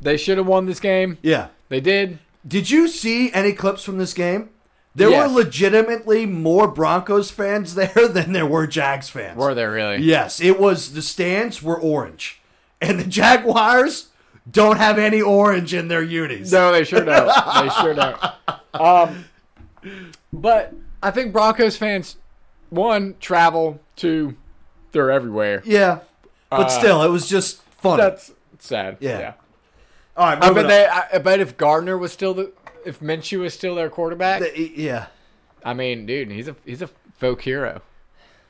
Speaker 2: They should have won this game.
Speaker 1: Yeah.
Speaker 2: They did.
Speaker 1: Did you see any clips from this game? There
Speaker 2: Yes.
Speaker 1: were legitimately more Broncos fans [laughs] there than there were Jags fans.
Speaker 2: Were they really?
Speaker 1: Yes, it was. The stands were orange, and the Jaguars don't have any orange in their unis.
Speaker 2: No, they sure don't. they sure don't. Um, but I think Broncos fans, one travel, two, they're everywhere.
Speaker 1: Yeah, but still, it was just funny.
Speaker 2: Uh, That's sad.
Speaker 1: Yeah.
Speaker 2: yeah.
Speaker 1: All right,
Speaker 2: I
Speaker 1: moving
Speaker 2: bet they. I, I bet if Gardner was still the, if Minshew was still their quarterback,
Speaker 1: on. They- yeah,
Speaker 2: I mean, dude, he's a he's a folk hero.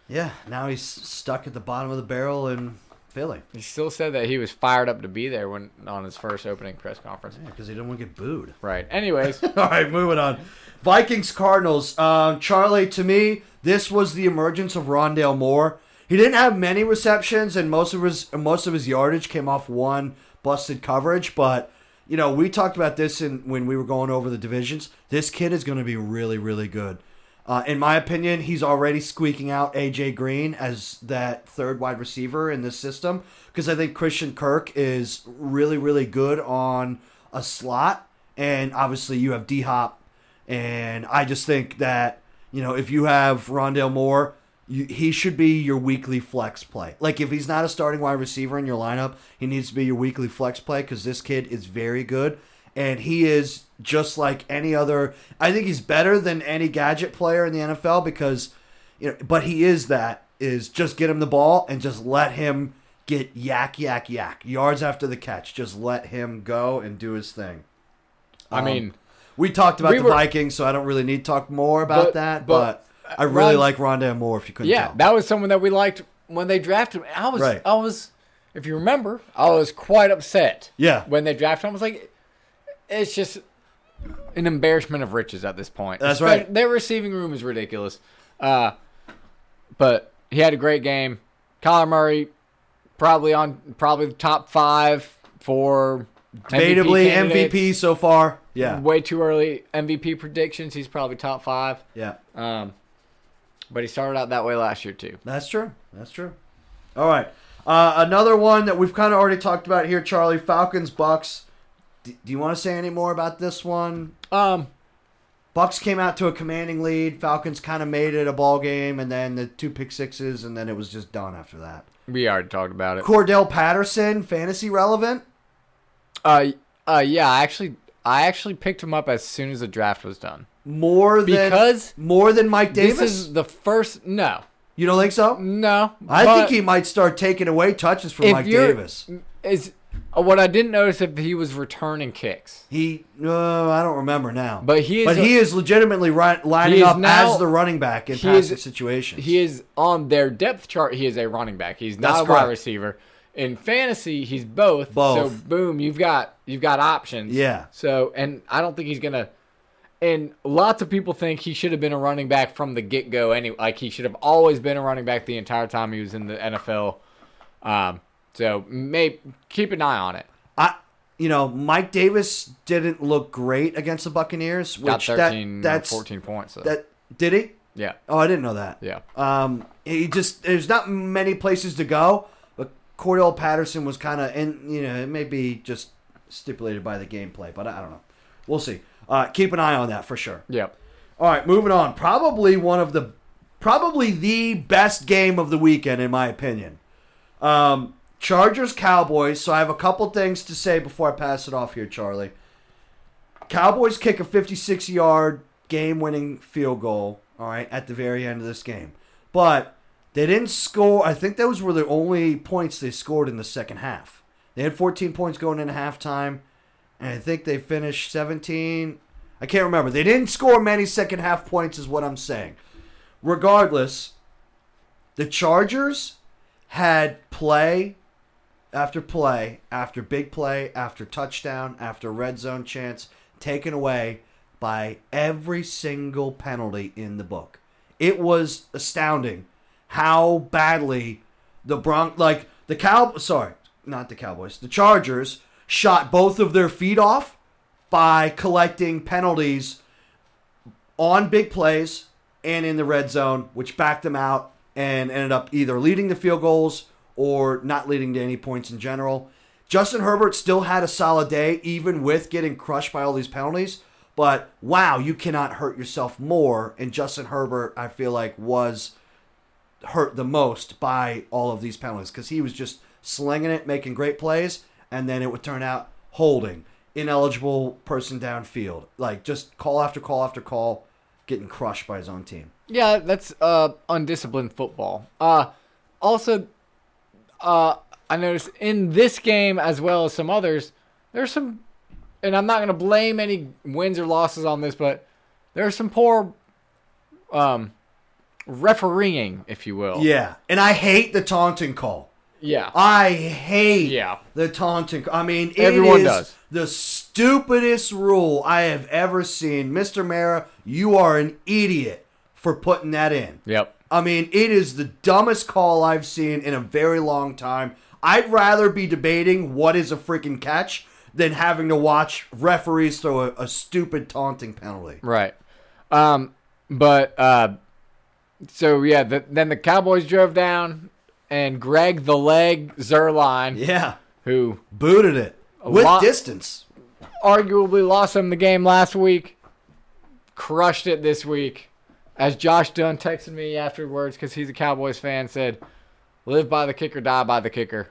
Speaker 1: yeah. Now he's stuck at the bottom of the barrel in Philly
Speaker 2: He still said that he was fired up to be there when on his first opening press conference.
Speaker 1: because he didn't want to get booed.
Speaker 2: Right. Anyways,
Speaker 1: [laughs] All right, moving on. Vikings Cardinals. Um, Charlie, to me, this was the emergence of Rondale Moore. He didn't have many receptions, and most of his most of his yardage came off one busted coverage. But you know, we talked about this in, when we were going over the divisions. This kid is going to be really, really good. Uh, in my opinion, he's already squeaking out AJ Green as that third wide receiver in this system because I think Christian Kirk is really, really good on a slot, and obviously you have D Hop, and I just think that you know if you have Rondale Moore, you, he should be your weekly flex play. Like if he's not a starting wide receiver in your lineup, he needs to be your weekly flex play because this kid is very good and he is just like any other. I think he's better than any gadget player in the NFL because, you know, but he is that is just get him the ball and just let him get yak yak yak yards after the catch. Just let him go and do his thing.
Speaker 2: I mean,
Speaker 1: We talked about
Speaker 2: We
Speaker 1: the
Speaker 2: were-
Speaker 1: Vikings, so I don't really need to talk more about
Speaker 2: But-
Speaker 1: that. But,
Speaker 2: but,
Speaker 1: I really
Speaker 2: Ron-
Speaker 1: like Rondell Moore. If you couldn't
Speaker 2: yeah,
Speaker 1: tell,
Speaker 2: that was someone that we liked when they drafted him. I was
Speaker 1: Right.
Speaker 2: I was if you remember, I was quite upset.
Speaker 1: Yeah.
Speaker 2: When they drafted him, I was like it's just an embarrassment of riches at this point.
Speaker 1: That's
Speaker 2: Espe-
Speaker 1: right.
Speaker 2: Their receiving room is ridiculous. Uh but he had a great game. Kyler Murray probably on probably the top 5 for MVP
Speaker 1: debatably
Speaker 2: candidates.
Speaker 1: MVP so far. Yeah,
Speaker 2: Way too early MVP predictions. He's probably top five.
Speaker 1: yeah.
Speaker 2: Um, but he started out that way last year too.
Speaker 1: That's true. That's true. All right. Uh, another one that we've kind of already talked about here, Charlie. Falcons, Bucks. D- do you want to say any more about this one?
Speaker 2: Um,
Speaker 1: Bucks came out to a commanding lead. Falcons kind of made it a ball game, and then the two pick sixes, and then it was just done after that.
Speaker 2: We already talked about it.
Speaker 1: Cordell Patterson, fantasy relevant.
Speaker 2: Uh, uh, yeah. I actually, I actually picked him up as soon as the draft was done
Speaker 1: More than
Speaker 2: because
Speaker 1: more than Mike Davis.
Speaker 2: this is the first. No,
Speaker 1: you don't think so?
Speaker 2: no.
Speaker 1: I
Speaker 2: but
Speaker 1: think he might start taking away touches from
Speaker 2: if
Speaker 1: Mike
Speaker 2: you're-
Speaker 1: Davis.
Speaker 2: is. uh, What I didn't notice if he was returning kicks.
Speaker 1: He, uh, I don't remember now.
Speaker 2: But he is
Speaker 1: but
Speaker 2: a-
Speaker 1: he is legitimately ri- lining
Speaker 2: He is
Speaker 1: up
Speaker 2: now-
Speaker 1: as the running back in
Speaker 2: he is-
Speaker 1: passing situations.
Speaker 2: He is on their depth chart. He is a running back. He's not
Speaker 1: That's
Speaker 2: a wide
Speaker 1: correct.
Speaker 2: receiver. In fantasy, he's both. So
Speaker 1: Both.
Speaker 2: boom, you've got you've got options.
Speaker 1: Yeah.
Speaker 2: So and I don't think he's gonna. And lots of people think he should have been a running back from the get go. Anyway, like he should have always been a running back the entire time he was in the NFL. Um, so may keep an eye on it.
Speaker 1: I, you know, Mike Davis didn't look great against the Buccaneers. Which
Speaker 2: Got thirteen,
Speaker 1: that,
Speaker 2: or
Speaker 1: that's,
Speaker 2: fourteen points. So.
Speaker 1: That did he?
Speaker 2: yeah,
Speaker 1: Oh, I didn't know that.
Speaker 2: yeah.
Speaker 1: Um, he just there's not many places to go, but Cordell Patterson was kind of in. You know, it may be just stipulated by the gameplay, but I, I don't know. We'll see. Uh, keep an eye on that for sure.
Speaker 2: Yep.
Speaker 1: All right, moving on. Probably one of the, probably the best game of the weekend in my opinion. Um, Chargers Cowboys. So I have a couple things to say before I pass it off here, Charlie. Cowboys kick a 56 yard game winning field goal, all right, at the very end of this game. But they didn't score. I think those were the only points they scored in the second half. They had 14 points going into halftime, and I think they finished 17. I can't remember. They didn't score many second half points, is what I'm saying. Regardless, the Chargers had play after play after big play after touchdown after red zone chance taken away by every single penalty in the book. It was astounding how badly the Bronx like the Cow sorry, not the Cowboys, the Chargers shot both of their feet off by collecting penalties on big plays and in the red zone, which backed them out and ended up either leading the field goals or not leading to any points in general. Justin Herbert still had a solid day, even with getting crushed by all these penalties. But wow, you cannot hurt yourself more. And Justin Herbert, I feel like, was hurt the most by all of these penalties because he was just slinging it, making great plays, and then it would turn out holding, ineligible person downfield, like just call after call after call, getting crushed by his own team.
Speaker 2: Yeah, that's uh, undisciplined football. Uh, also, uh, I noticed in this game as well as some others, there's some, and I'm not going to blame any wins or losses on this, but there's some poor um, refereeing, if you will.
Speaker 1: Yeah, and I hate the taunting call.
Speaker 2: Yeah.
Speaker 1: I hate
Speaker 2: Yeah.
Speaker 1: the taunting. I mean, it
Speaker 2: Everyone
Speaker 1: is
Speaker 2: does.
Speaker 1: the stupidest rule I have ever seen. Mr. Mara, you are an idiot for putting that in.
Speaker 2: Yep.
Speaker 1: I mean, it is the dumbest call I've seen in a very long time. I'd rather be debating what is a freaking catch than having to watch referees throw a, a stupid taunting penalty.
Speaker 2: Right. Um, but uh, so yeah, the, then the Cowboys drove down, and Greg the Leg Zerline,
Speaker 1: Yeah,
Speaker 2: who
Speaker 1: booted it with
Speaker 2: lot-
Speaker 1: distance.
Speaker 2: arguably lost him the game last week. Crushed it this week. As Josh Dunn texted me afterwards because he's a Cowboys fan, said, "Live by the kicker, die by
Speaker 1: [laughs]
Speaker 2: the kicker,"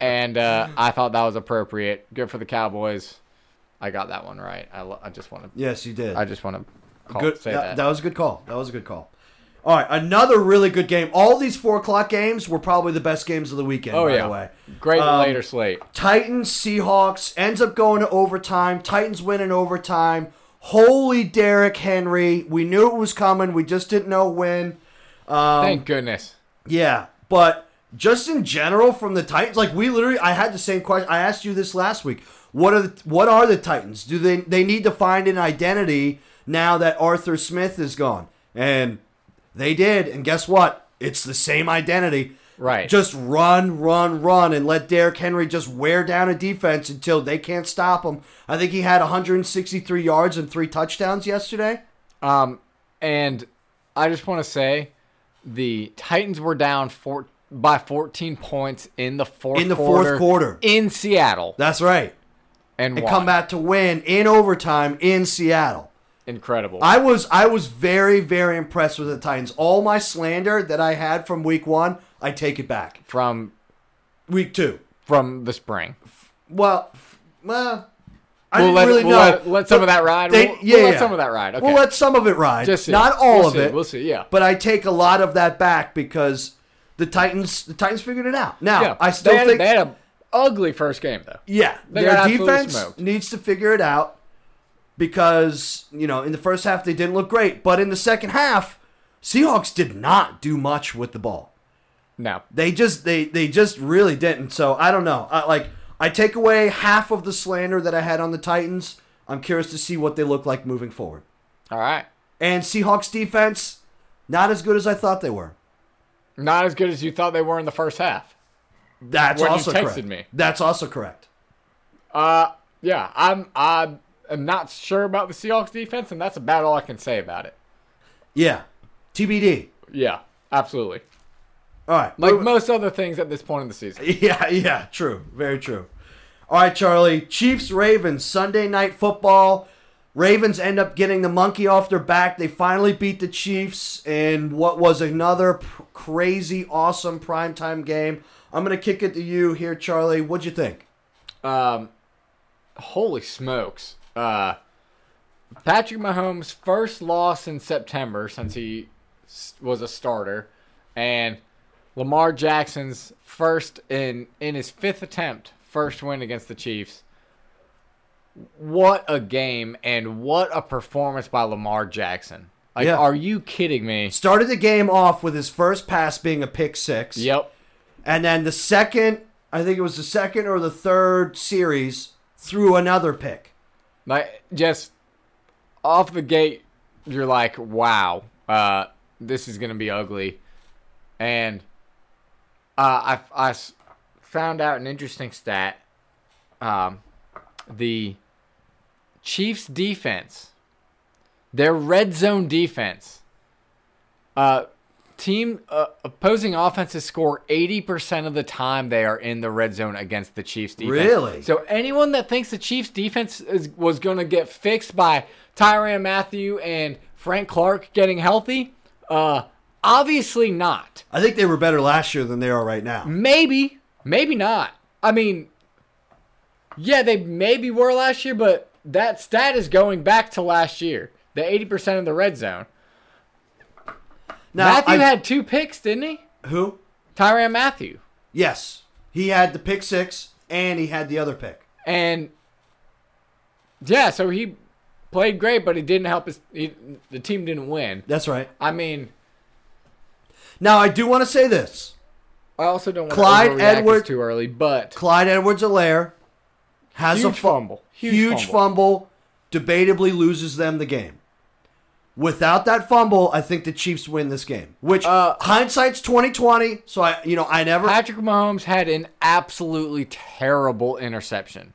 Speaker 2: and uh, I thought that was appropriate. Good for the Cowboys. I got that one right. I, lo- I just want to.
Speaker 1: Yes, you did.
Speaker 2: I just want to
Speaker 1: good.
Speaker 2: say
Speaker 1: that,
Speaker 2: that.
Speaker 1: that was a good call. That was a good call. All right, another really good game. All these four o'clock games were probably the best games of the weekend.
Speaker 2: oh
Speaker 1: by
Speaker 2: yeah,
Speaker 1: the way.
Speaker 2: great
Speaker 1: Um,
Speaker 2: later slate.
Speaker 1: Titans Seahawks ends up going to overtime. Titans win in overtime. Holy Derrick Henry! We knew it was coming. We just didn't know when. um,
Speaker 2: Thank goodness.
Speaker 1: Yeah, but just in general from the Titans, like we literally, I had the same question. I asked you this last week. What are the, what are the Titans? Do they they need to find an identity now that Arthur Smith is gone? And they did. And guess what? It's the same identity.
Speaker 2: Right.
Speaker 1: Just run, run, run, and let Derrick Henry just wear down a defense until they can't stop him. I think he had 163 yards and three touchdowns yesterday.
Speaker 2: Um, and I just want to say, the Titans were down four, by 14 points in the fourth
Speaker 1: In the fourth quarter.
Speaker 2: in Seattle.
Speaker 1: That's right.
Speaker 2: and,
Speaker 1: and
Speaker 2: won.
Speaker 1: come back to win in overtime in Seattle.
Speaker 2: Incredible.
Speaker 1: I was I was very very impressed with the Titans. All my slander that I had from week 1, I take it back.
Speaker 2: from
Speaker 1: Week 2.
Speaker 2: from the spring.
Speaker 1: Well, f- well, I
Speaker 2: We'll
Speaker 1: didn't
Speaker 2: let,
Speaker 1: really
Speaker 2: we'll
Speaker 1: know.
Speaker 2: let, let some
Speaker 1: But
Speaker 2: of that ride.
Speaker 1: they-
Speaker 2: we'll,
Speaker 1: yeah,
Speaker 2: we'll let
Speaker 1: yeah.
Speaker 2: some of that ride. Okay.
Speaker 1: We'll let some of it ride.
Speaker 2: Just see.
Speaker 1: not all
Speaker 2: We'll
Speaker 1: of
Speaker 2: see.
Speaker 1: it.
Speaker 2: We'll see. Yeah.
Speaker 1: But I take a lot of that back because the Titans the Titans figured it out. Now
Speaker 2: yeah.
Speaker 1: I still
Speaker 2: they had,
Speaker 1: think
Speaker 2: they had an ugly first game though.
Speaker 1: yeah
Speaker 2: they
Speaker 1: their
Speaker 2: got absolutely
Speaker 1: defense
Speaker 2: smoked.
Speaker 1: needs to figure it out because you know in the first half they didn't look great, but in the second half Seahawks did not do much with the ball.
Speaker 2: No.
Speaker 1: They just they they just really didn't. So I don't know. I, like I take away half of the slander that I had on the Titans. I'm curious to see what they look like moving forward.
Speaker 2: All right.
Speaker 1: And Seahawks defense, not as good as I thought they were.
Speaker 2: Not as good as you thought they were in the first half.
Speaker 1: That's
Speaker 2: When you
Speaker 1: also
Speaker 2: texted
Speaker 1: correct.
Speaker 2: me.
Speaker 1: That's also correct.
Speaker 2: Uh, yeah, I'm I am not sure about the Seahawks defense, and that's about all I can say about it.
Speaker 1: Yeah. TBD.
Speaker 2: Yeah, absolutely.
Speaker 1: All right.
Speaker 2: Like
Speaker 1: Move-
Speaker 2: most other things at this point in the season.
Speaker 1: [laughs] yeah, yeah, true. Very true. All right, Charlie. Chiefs Ravens Sunday night football. Ravens end up getting the monkey off their back. They finally beat the Chiefs in what was another p- crazy awesome primetime game. I'm going to kick it to you here, Charlie. What'd you think?
Speaker 2: Um, holy smokes. Uh, Patrick Mahomes' first loss in September since he s- was a starter, and Lamar Jackson's first in in his fifth attempt, first win against the Chiefs. What a game and what a performance by Lamar Jackson! Like,
Speaker 1: Yeah.
Speaker 2: are you kidding me?
Speaker 1: Started the game off with his first pass being a pick 6.
Speaker 2: Yep.
Speaker 1: And then the second, I think it was the second or the third series, threw another pick.
Speaker 2: Like just off the gate, you're like, wow, uh, this is gonna be ugly, and uh, I I s- found out an interesting stat. Um, the Chiefs defense, their red zone defense, uh, team uh, opposing offenses score eighty percent of the time they are in the red zone against the Chiefs defense.
Speaker 1: Really?
Speaker 2: So anyone that thinks the Chiefs defense is, was going to get fixed by Tyrann Matthew and Frank Clark getting healthy, uh, obviously not.
Speaker 1: I think they were better last year than they are right now.
Speaker 2: Maybe, maybe not. I mean, yeah, they maybe were last year, but that stat is going back to last year. The eighty percent of the red zone.
Speaker 1: Now,
Speaker 2: Matthew
Speaker 1: I-
Speaker 2: had two picks, didn't he?
Speaker 1: who?
Speaker 2: Tyran Matthew,
Speaker 1: Yes, he had the pick six and he had the other pick.
Speaker 2: and yeah, so he played great, but he didn't help his. He, the team didn't win.
Speaker 1: That's right.
Speaker 2: I mean,
Speaker 1: Now I do want to say this:
Speaker 2: I also don't want
Speaker 1: Clyde
Speaker 2: to overreact
Speaker 1: Edwards-
Speaker 2: it's too early, but
Speaker 1: Clyde Edwards-Alaire has a
Speaker 2: Huge fumble.
Speaker 1: Huge,
Speaker 2: Huge
Speaker 1: fumble. debatably loses them the game. Without that fumble, I think the Chiefs win this game. Which
Speaker 2: Uh,
Speaker 1: hindsight's twenty twenty. So I, you know, I never.
Speaker 2: Patrick Mahomes had an absolutely terrible interception.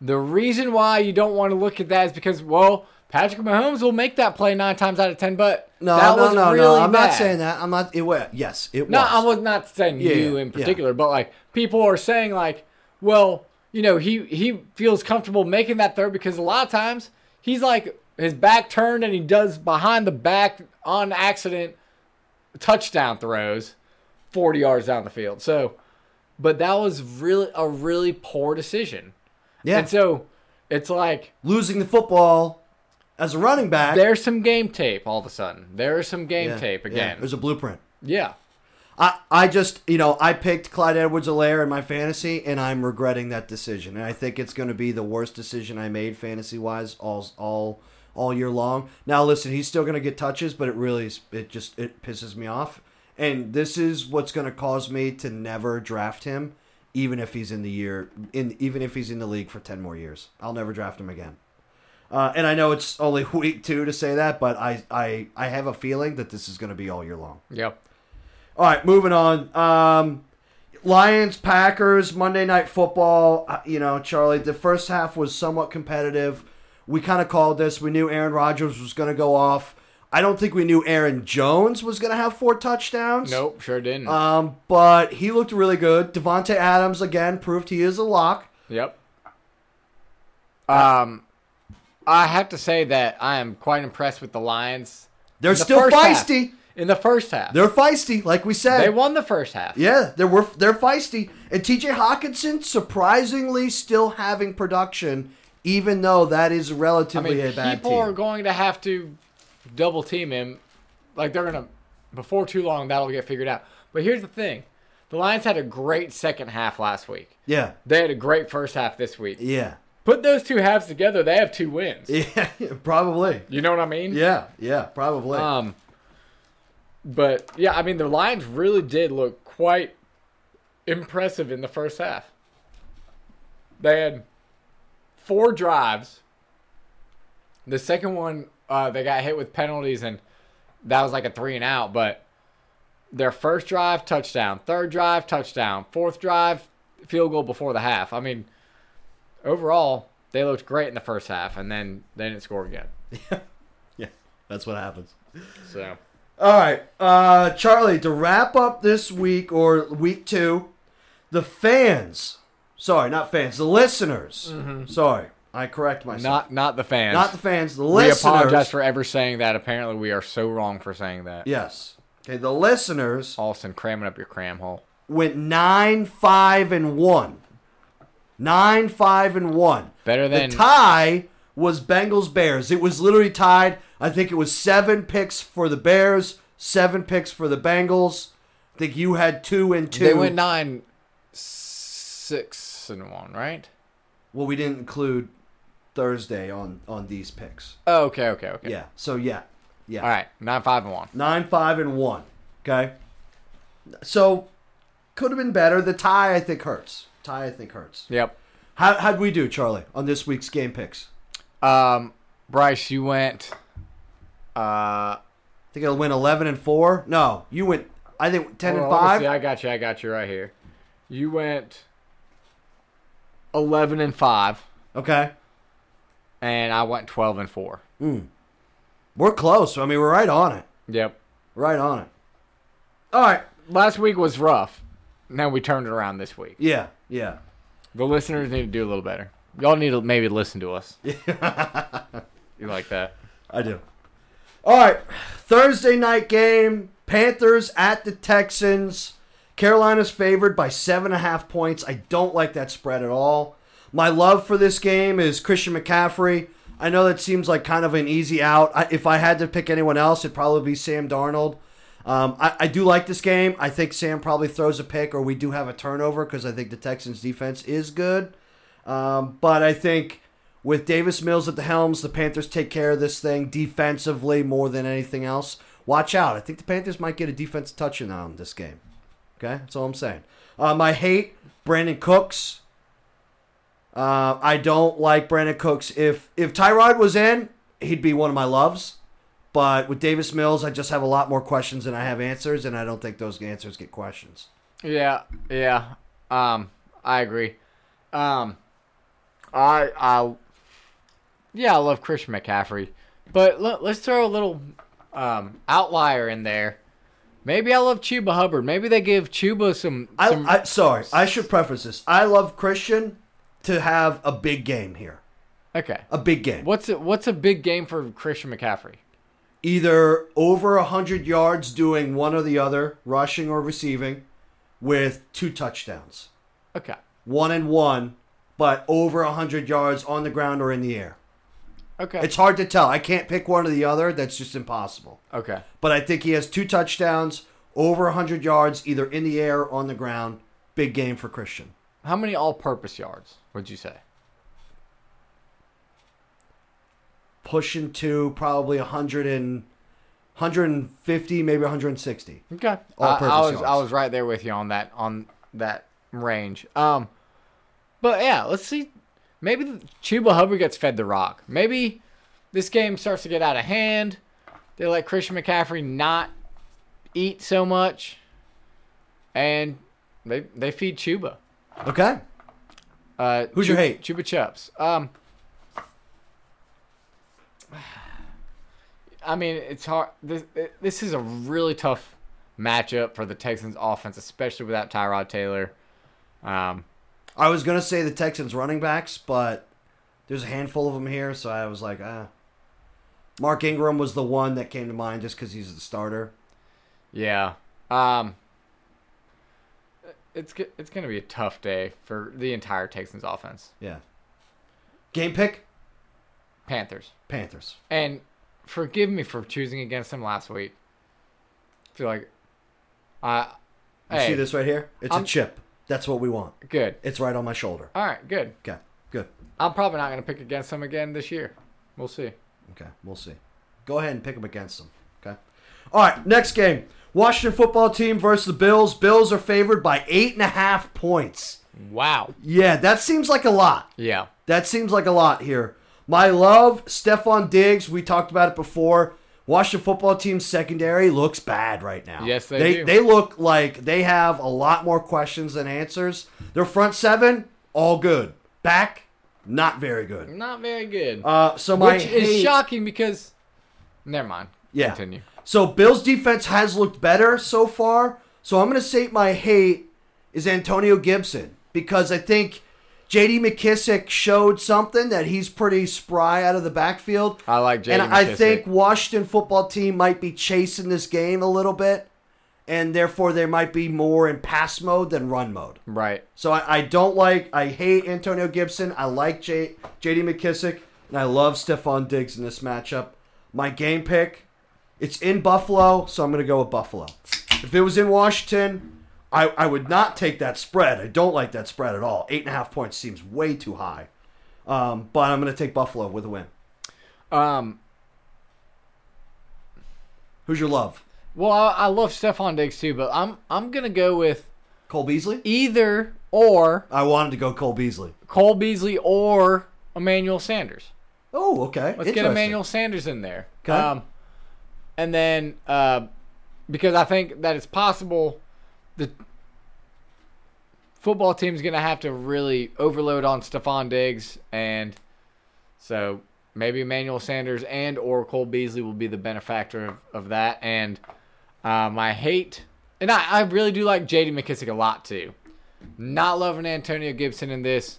Speaker 2: The reason why you don't want to look at that is because, well, Patrick Mahomes will make that play nine times out of ten, but
Speaker 1: no,
Speaker 2: that
Speaker 1: no,
Speaker 2: was
Speaker 1: no,
Speaker 2: really
Speaker 1: no. I'm
Speaker 2: bad.
Speaker 1: not saying that. I'm not. It was. Yes, it
Speaker 2: No,
Speaker 1: was.
Speaker 2: I was not saying
Speaker 1: Yeah,
Speaker 2: you
Speaker 1: yeah,
Speaker 2: in
Speaker 1: yeah.
Speaker 2: particular, but like people are saying, like, well, you know, he he feels comfortable making that throw because a lot of times he's like his back turned and he does behind the back on accident touchdown throws, forty yards down the field. So, but that was really a really poor decision,
Speaker 1: Yeah.
Speaker 2: and so it's like
Speaker 1: losing the football as a running back.
Speaker 2: there's some game tape all of a sudden. There's some game
Speaker 1: Yeah,
Speaker 2: tape
Speaker 1: yeah,
Speaker 2: again. Yeah.
Speaker 1: there's a blueprint. I, I just, you know, I picked Clyde Edwards Alaire in my fantasy, and I'm regretting that decision. And I think it's going to be the worst decision I made fantasy wise all all all year long. Now, listen, he's still going to get touches, but it really is, it just it pisses me off. And this is what's going to cause me to never draft him, even if he's in the year, in even if he's in the league for ten more years. I'll never draft him again. Uh, and I know it's only [laughs] week two to say that, but I I, I have a feeling that this is going to be all year long.
Speaker 2: Yep.
Speaker 1: All right, moving on. Um, Lions, Packers, Monday Night Football. Uh, You know, Charlie, the first half was somewhat competitive. We kind of called this. We knew Aaron Rodgers was going to go off. I don't think we knew Aaron Jones was going to have four touchdowns.
Speaker 2: Nope. Sure didn't.
Speaker 1: Um, but he looked really good. Devonte Adams again proved he is a lock.
Speaker 2: yep.
Speaker 1: Uh,
Speaker 2: Um, I have to say that I am quite impressed with the Lions.
Speaker 1: They're
Speaker 2: in the
Speaker 1: still
Speaker 2: first half.
Speaker 1: feisty.
Speaker 2: in the first half.
Speaker 1: They're feisty, like we said.
Speaker 2: they won the first half.
Speaker 1: Yeah, they were they're feisty, and T.J. Hawkinson surprisingly still having production, even though that is
Speaker 2: I
Speaker 1: relatively
Speaker 2: mean,
Speaker 1: a bad
Speaker 2: people
Speaker 1: team.
Speaker 2: are going to have to double team him. Like they're gonna before too long that'll get figured out. But here's the thing: the Lions had a great second half last week.
Speaker 1: yeah,
Speaker 2: They had a great first half this week.
Speaker 1: yeah, [laughs]
Speaker 2: Put those two halves together, they have two wins.
Speaker 1: yeah, probably.
Speaker 2: You know what I mean?
Speaker 1: Yeah, yeah, probably.
Speaker 2: Um. But yeah, I mean the Lions really did look quite impressive in the first half. They had four drives. The second one, uh, they got hit with penalties, and that was like a three and out. But their first drive, touchdown. Third drive, touchdown. Fourth drive, field goal before the half. I mean, overall, they looked great in the first half, and then they didn't score again.
Speaker 1: yeah, that's what happens.
Speaker 2: So.
Speaker 1: All right, uh, Charlie. To wrap up this week or week two, the fans. Sorry, not fans. The listeners. Sorry, I correct myself.
Speaker 2: Mm-hmm. Not not the fans.
Speaker 1: Not the fans. The
Speaker 2: we
Speaker 1: listeners.
Speaker 2: apologize for ever saying that. Apparently, we are so wrong for saying that.
Speaker 1: yes. Okay, the listeners.
Speaker 2: Austin cramming up your cram hole.
Speaker 1: went nine five and one. Nine five and one.
Speaker 2: Better than
Speaker 1: the tie was Bengals Bears. It was literally tied. I think it was seven picks for the Bears, seven picks for the Bengals. I think you had two and two.
Speaker 2: they went nine, six and one, right?
Speaker 1: well, we didn't include Thursday on on these picks.
Speaker 2: Oh, okay, okay, okay.
Speaker 1: Yeah. So yeah, yeah.
Speaker 2: All right, nine five and one.
Speaker 1: Nine five and one. Okay. So could have been better. The tie I think hurts. Tie I think hurts.
Speaker 2: Yep.
Speaker 1: How how'd we do, Charlie, on this week's game picks?
Speaker 2: Um, Bryce, you went. Uh,
Speaker 1: I think it'll win eleven and four. No, you went. I think ten
Speaker 2: hold
Speaker 1: and
Speaker 2: on, let me
Speaker 1: five.
Speaker 2: See, I got you. I got you right here. You went eleven and five,
Speaker 1: okay,
Speaker 2: and I went twelve and four.
Speaker 1: we're close. I mean, we're right on it.
Speaker 2: Yep.
Speaker 1: Right on it. All right.
Speaker 2: Last week was rough. Now we turned it around this week.
Speaker 1: Yeah. Yeah.
Speaker 2: The listeners need to do a little better. Y'all need to maybe listen to us. [laughs] you like that?
Speaker 1: I do. All right. Thursday night game. Panthers at the Texans. Carolina's favored by seven and a half points. I don't like that spread at all. My love for this game is Christian McCaffrey. I know that seems like kind of an easy out. I, if I had to pick anyone else, it'd probably be Sam Darnold. Um, I, I do like this game. I think Sam probably throws a pick or we do have a turnover because I think the Texans defense is good. Um, but I think with Davis Mills at the helms, the Panthers take care of this thing defensively more than anything else. Watch out. I think the Panthers might get a defensive touchdown on this game. Okay, that's all I'm saying. Um, I hate Brandon Cooks. Uh, I don't like Brandon Cooks. If if Tyrod was in, he'd be one of my loves. But with Davis Mills, I just have a lot more questions than I have answers, and I don't think those answers get questions.
Speaker 2: Yeah, yeah. Um, I agree. Um, I, I, yeah, I love Christian McCaffrey, but let, let's throw a little um outlier in there. Maybe I love Chuba Hubbard. Maybe they give Chuba some. some
Speaker 1: I, I sorry, I should preface this. I love Christian to have a big game here,
Speaker 2: okay.
Speaker 1: a big game.
Speaker 2: What's a, what's a big game for Christian McCaffrey?
Speaker 1: Either over hundred yards, doing one or the other, rushing or receiving, with two touchdowns,
Speaker 2: Okay.
Speaker 1: one and one, but over hundred yards on the ground or in the air.
Speaker 2: Okay.
Speaker 1: It's hard to tell. I can't pick one or the other. That's just impossible.
Speaker 2: okay.
Speaker 1: But I think he has two touchdowns, over hundred yards, either in the air or on the ground. Big game for Christian.
Speaker 2: How many all-purpose yards would you say?
Speaker 1: pushing to probably 100 and 150 maybe 160
Speaker 2: Okay.
Speaker 1: All-purpose
Speaker 2: I, I was I
Speaker 1: yards.
Speaker 2: was right there with you on that on that range. Um, but yeah, let's see. Maybe Chuba Hubbard gets fed the rock. Maybe this game starts to get out of hand. They let Christian McCaffrey not eat so much, and they they feed Chuba.
Speaker 1: okay
Speaker 2: Uh,
Speaker 1: Who's your
Speaker 2: Chu-
Speaker 1: hate?
Speaker 2: Chuba Chups. Um, I mean, it's hard. This this is a really tough matchup for the Texans offense, especially without Tyrod Taylor. Um,
Speaker 1: i was going to say the texans running backs but There's a handful of them here, so I was like, ah. Mark Ingram was the one that came to mind just because he's the starter.
Speaker 2: Yeah. Um. It's go- it's gonna be a tough day for the entire Texans offense.
Speaker 1: Yeah. Game pick
Speaker 2: Panthers.
Speaker 1: Panthers.
Speaker 2: And forgive me for choosing against them last week. I feel like, uh,
Speaker 1: You
Speaker 2: hey,
Speaker 1: see this right here? It's
Speaker 2: I'm-
Speaker 1: a chip. That's what we want.
Speaker 2: good.
Speaker 1: It's right on my shoulder.
Speaker 2: All right, good.
Speaker 1: Okay. Good.
Speaker 2: I'm probably not gonna pick against them again this year. We'll see.
Speaker 1: Okay, we'll see. Go ahead and pick them against them. Okay. All right, next game: Washington football team versus the Bills. Bills are favored by eight and a half points.
Speaker 2: Wow.
Speaker 1: Yeah, that seems like a lot.
Speaker 2: Yeah.
Speaker 1: That seems like a lot here. My love, Stefan Diggs. We talked about it before. Washington football team secondary looks bad right now.
Speaker 2: Yes, they
Speaker 1: they
Speaker 2: do.
Speaker 1: they look like they have a lot more questions than answers. Their front seven, all good. Back, not very good.
Speaker 2: Not very good.
Speaker 1: Uh, so my
Speaker 2: Mm. Which is
Speaker 1: hate-
Speaker 2: shocking because. Never mind.
Speaker 1: Yeah.
Speaker 2: Continue.
Speaker 1: So Bills defense has looked better so far. So I'm going to say my hate is Antonio Gibson because I think J.D. McKissick showed something that he's pretty spry out of the backfield.
Speaker 2: I like J.D.
Speaker 1: And I
Speaker 2: McKissick.
Speaker 1: think Washington football team might be chasing this game a little bit, and therefore they might be more in pass mode than run mode.
Speaker 2: Right.
Speaker 1: So I, I don't like, I hate Antonio Gibson. I like J, J.D. McKissick, and I love Stephon Diggs in this matchup. My game pick, it's in Buffalo, so I'm going to go with Buffalo. If it was in Washington, I, I would not take that spread. I don't like that spread at all. Eight and a half points seems way too high. Um, but I'm going to take Buffalo with a win.
Speaker 2: Um.
Speaker 1: Who's your love?
Speaker 2: Well, I, I love Stephon Diggs too, but I'm I'm gonna go with
Speaker 1: Cole Beasley?
Speaker 2: either or
Speaker 1: I wanted to go Cole Beasley.
Speaker 2: Cole Beasley or Emmanuel Sanders.
Speaker 1: Oh, okay.
Speaker 2: Let's get
Speaker 1: Interesting.
Speaker 2: Emmanuel Sanders in there. Um,
Speaker 1: 'Kay.
Speaker 2: and then uh, because I think that it's possible the football team's going to have to really overload on Stephon Diggs and so maybe Emmanuel Sanders and or Cole Beasley will be the benefactor of, of that and um, I hate and I, I really do like JD McKissick a lot too. Not loving Antonio Gibson in this.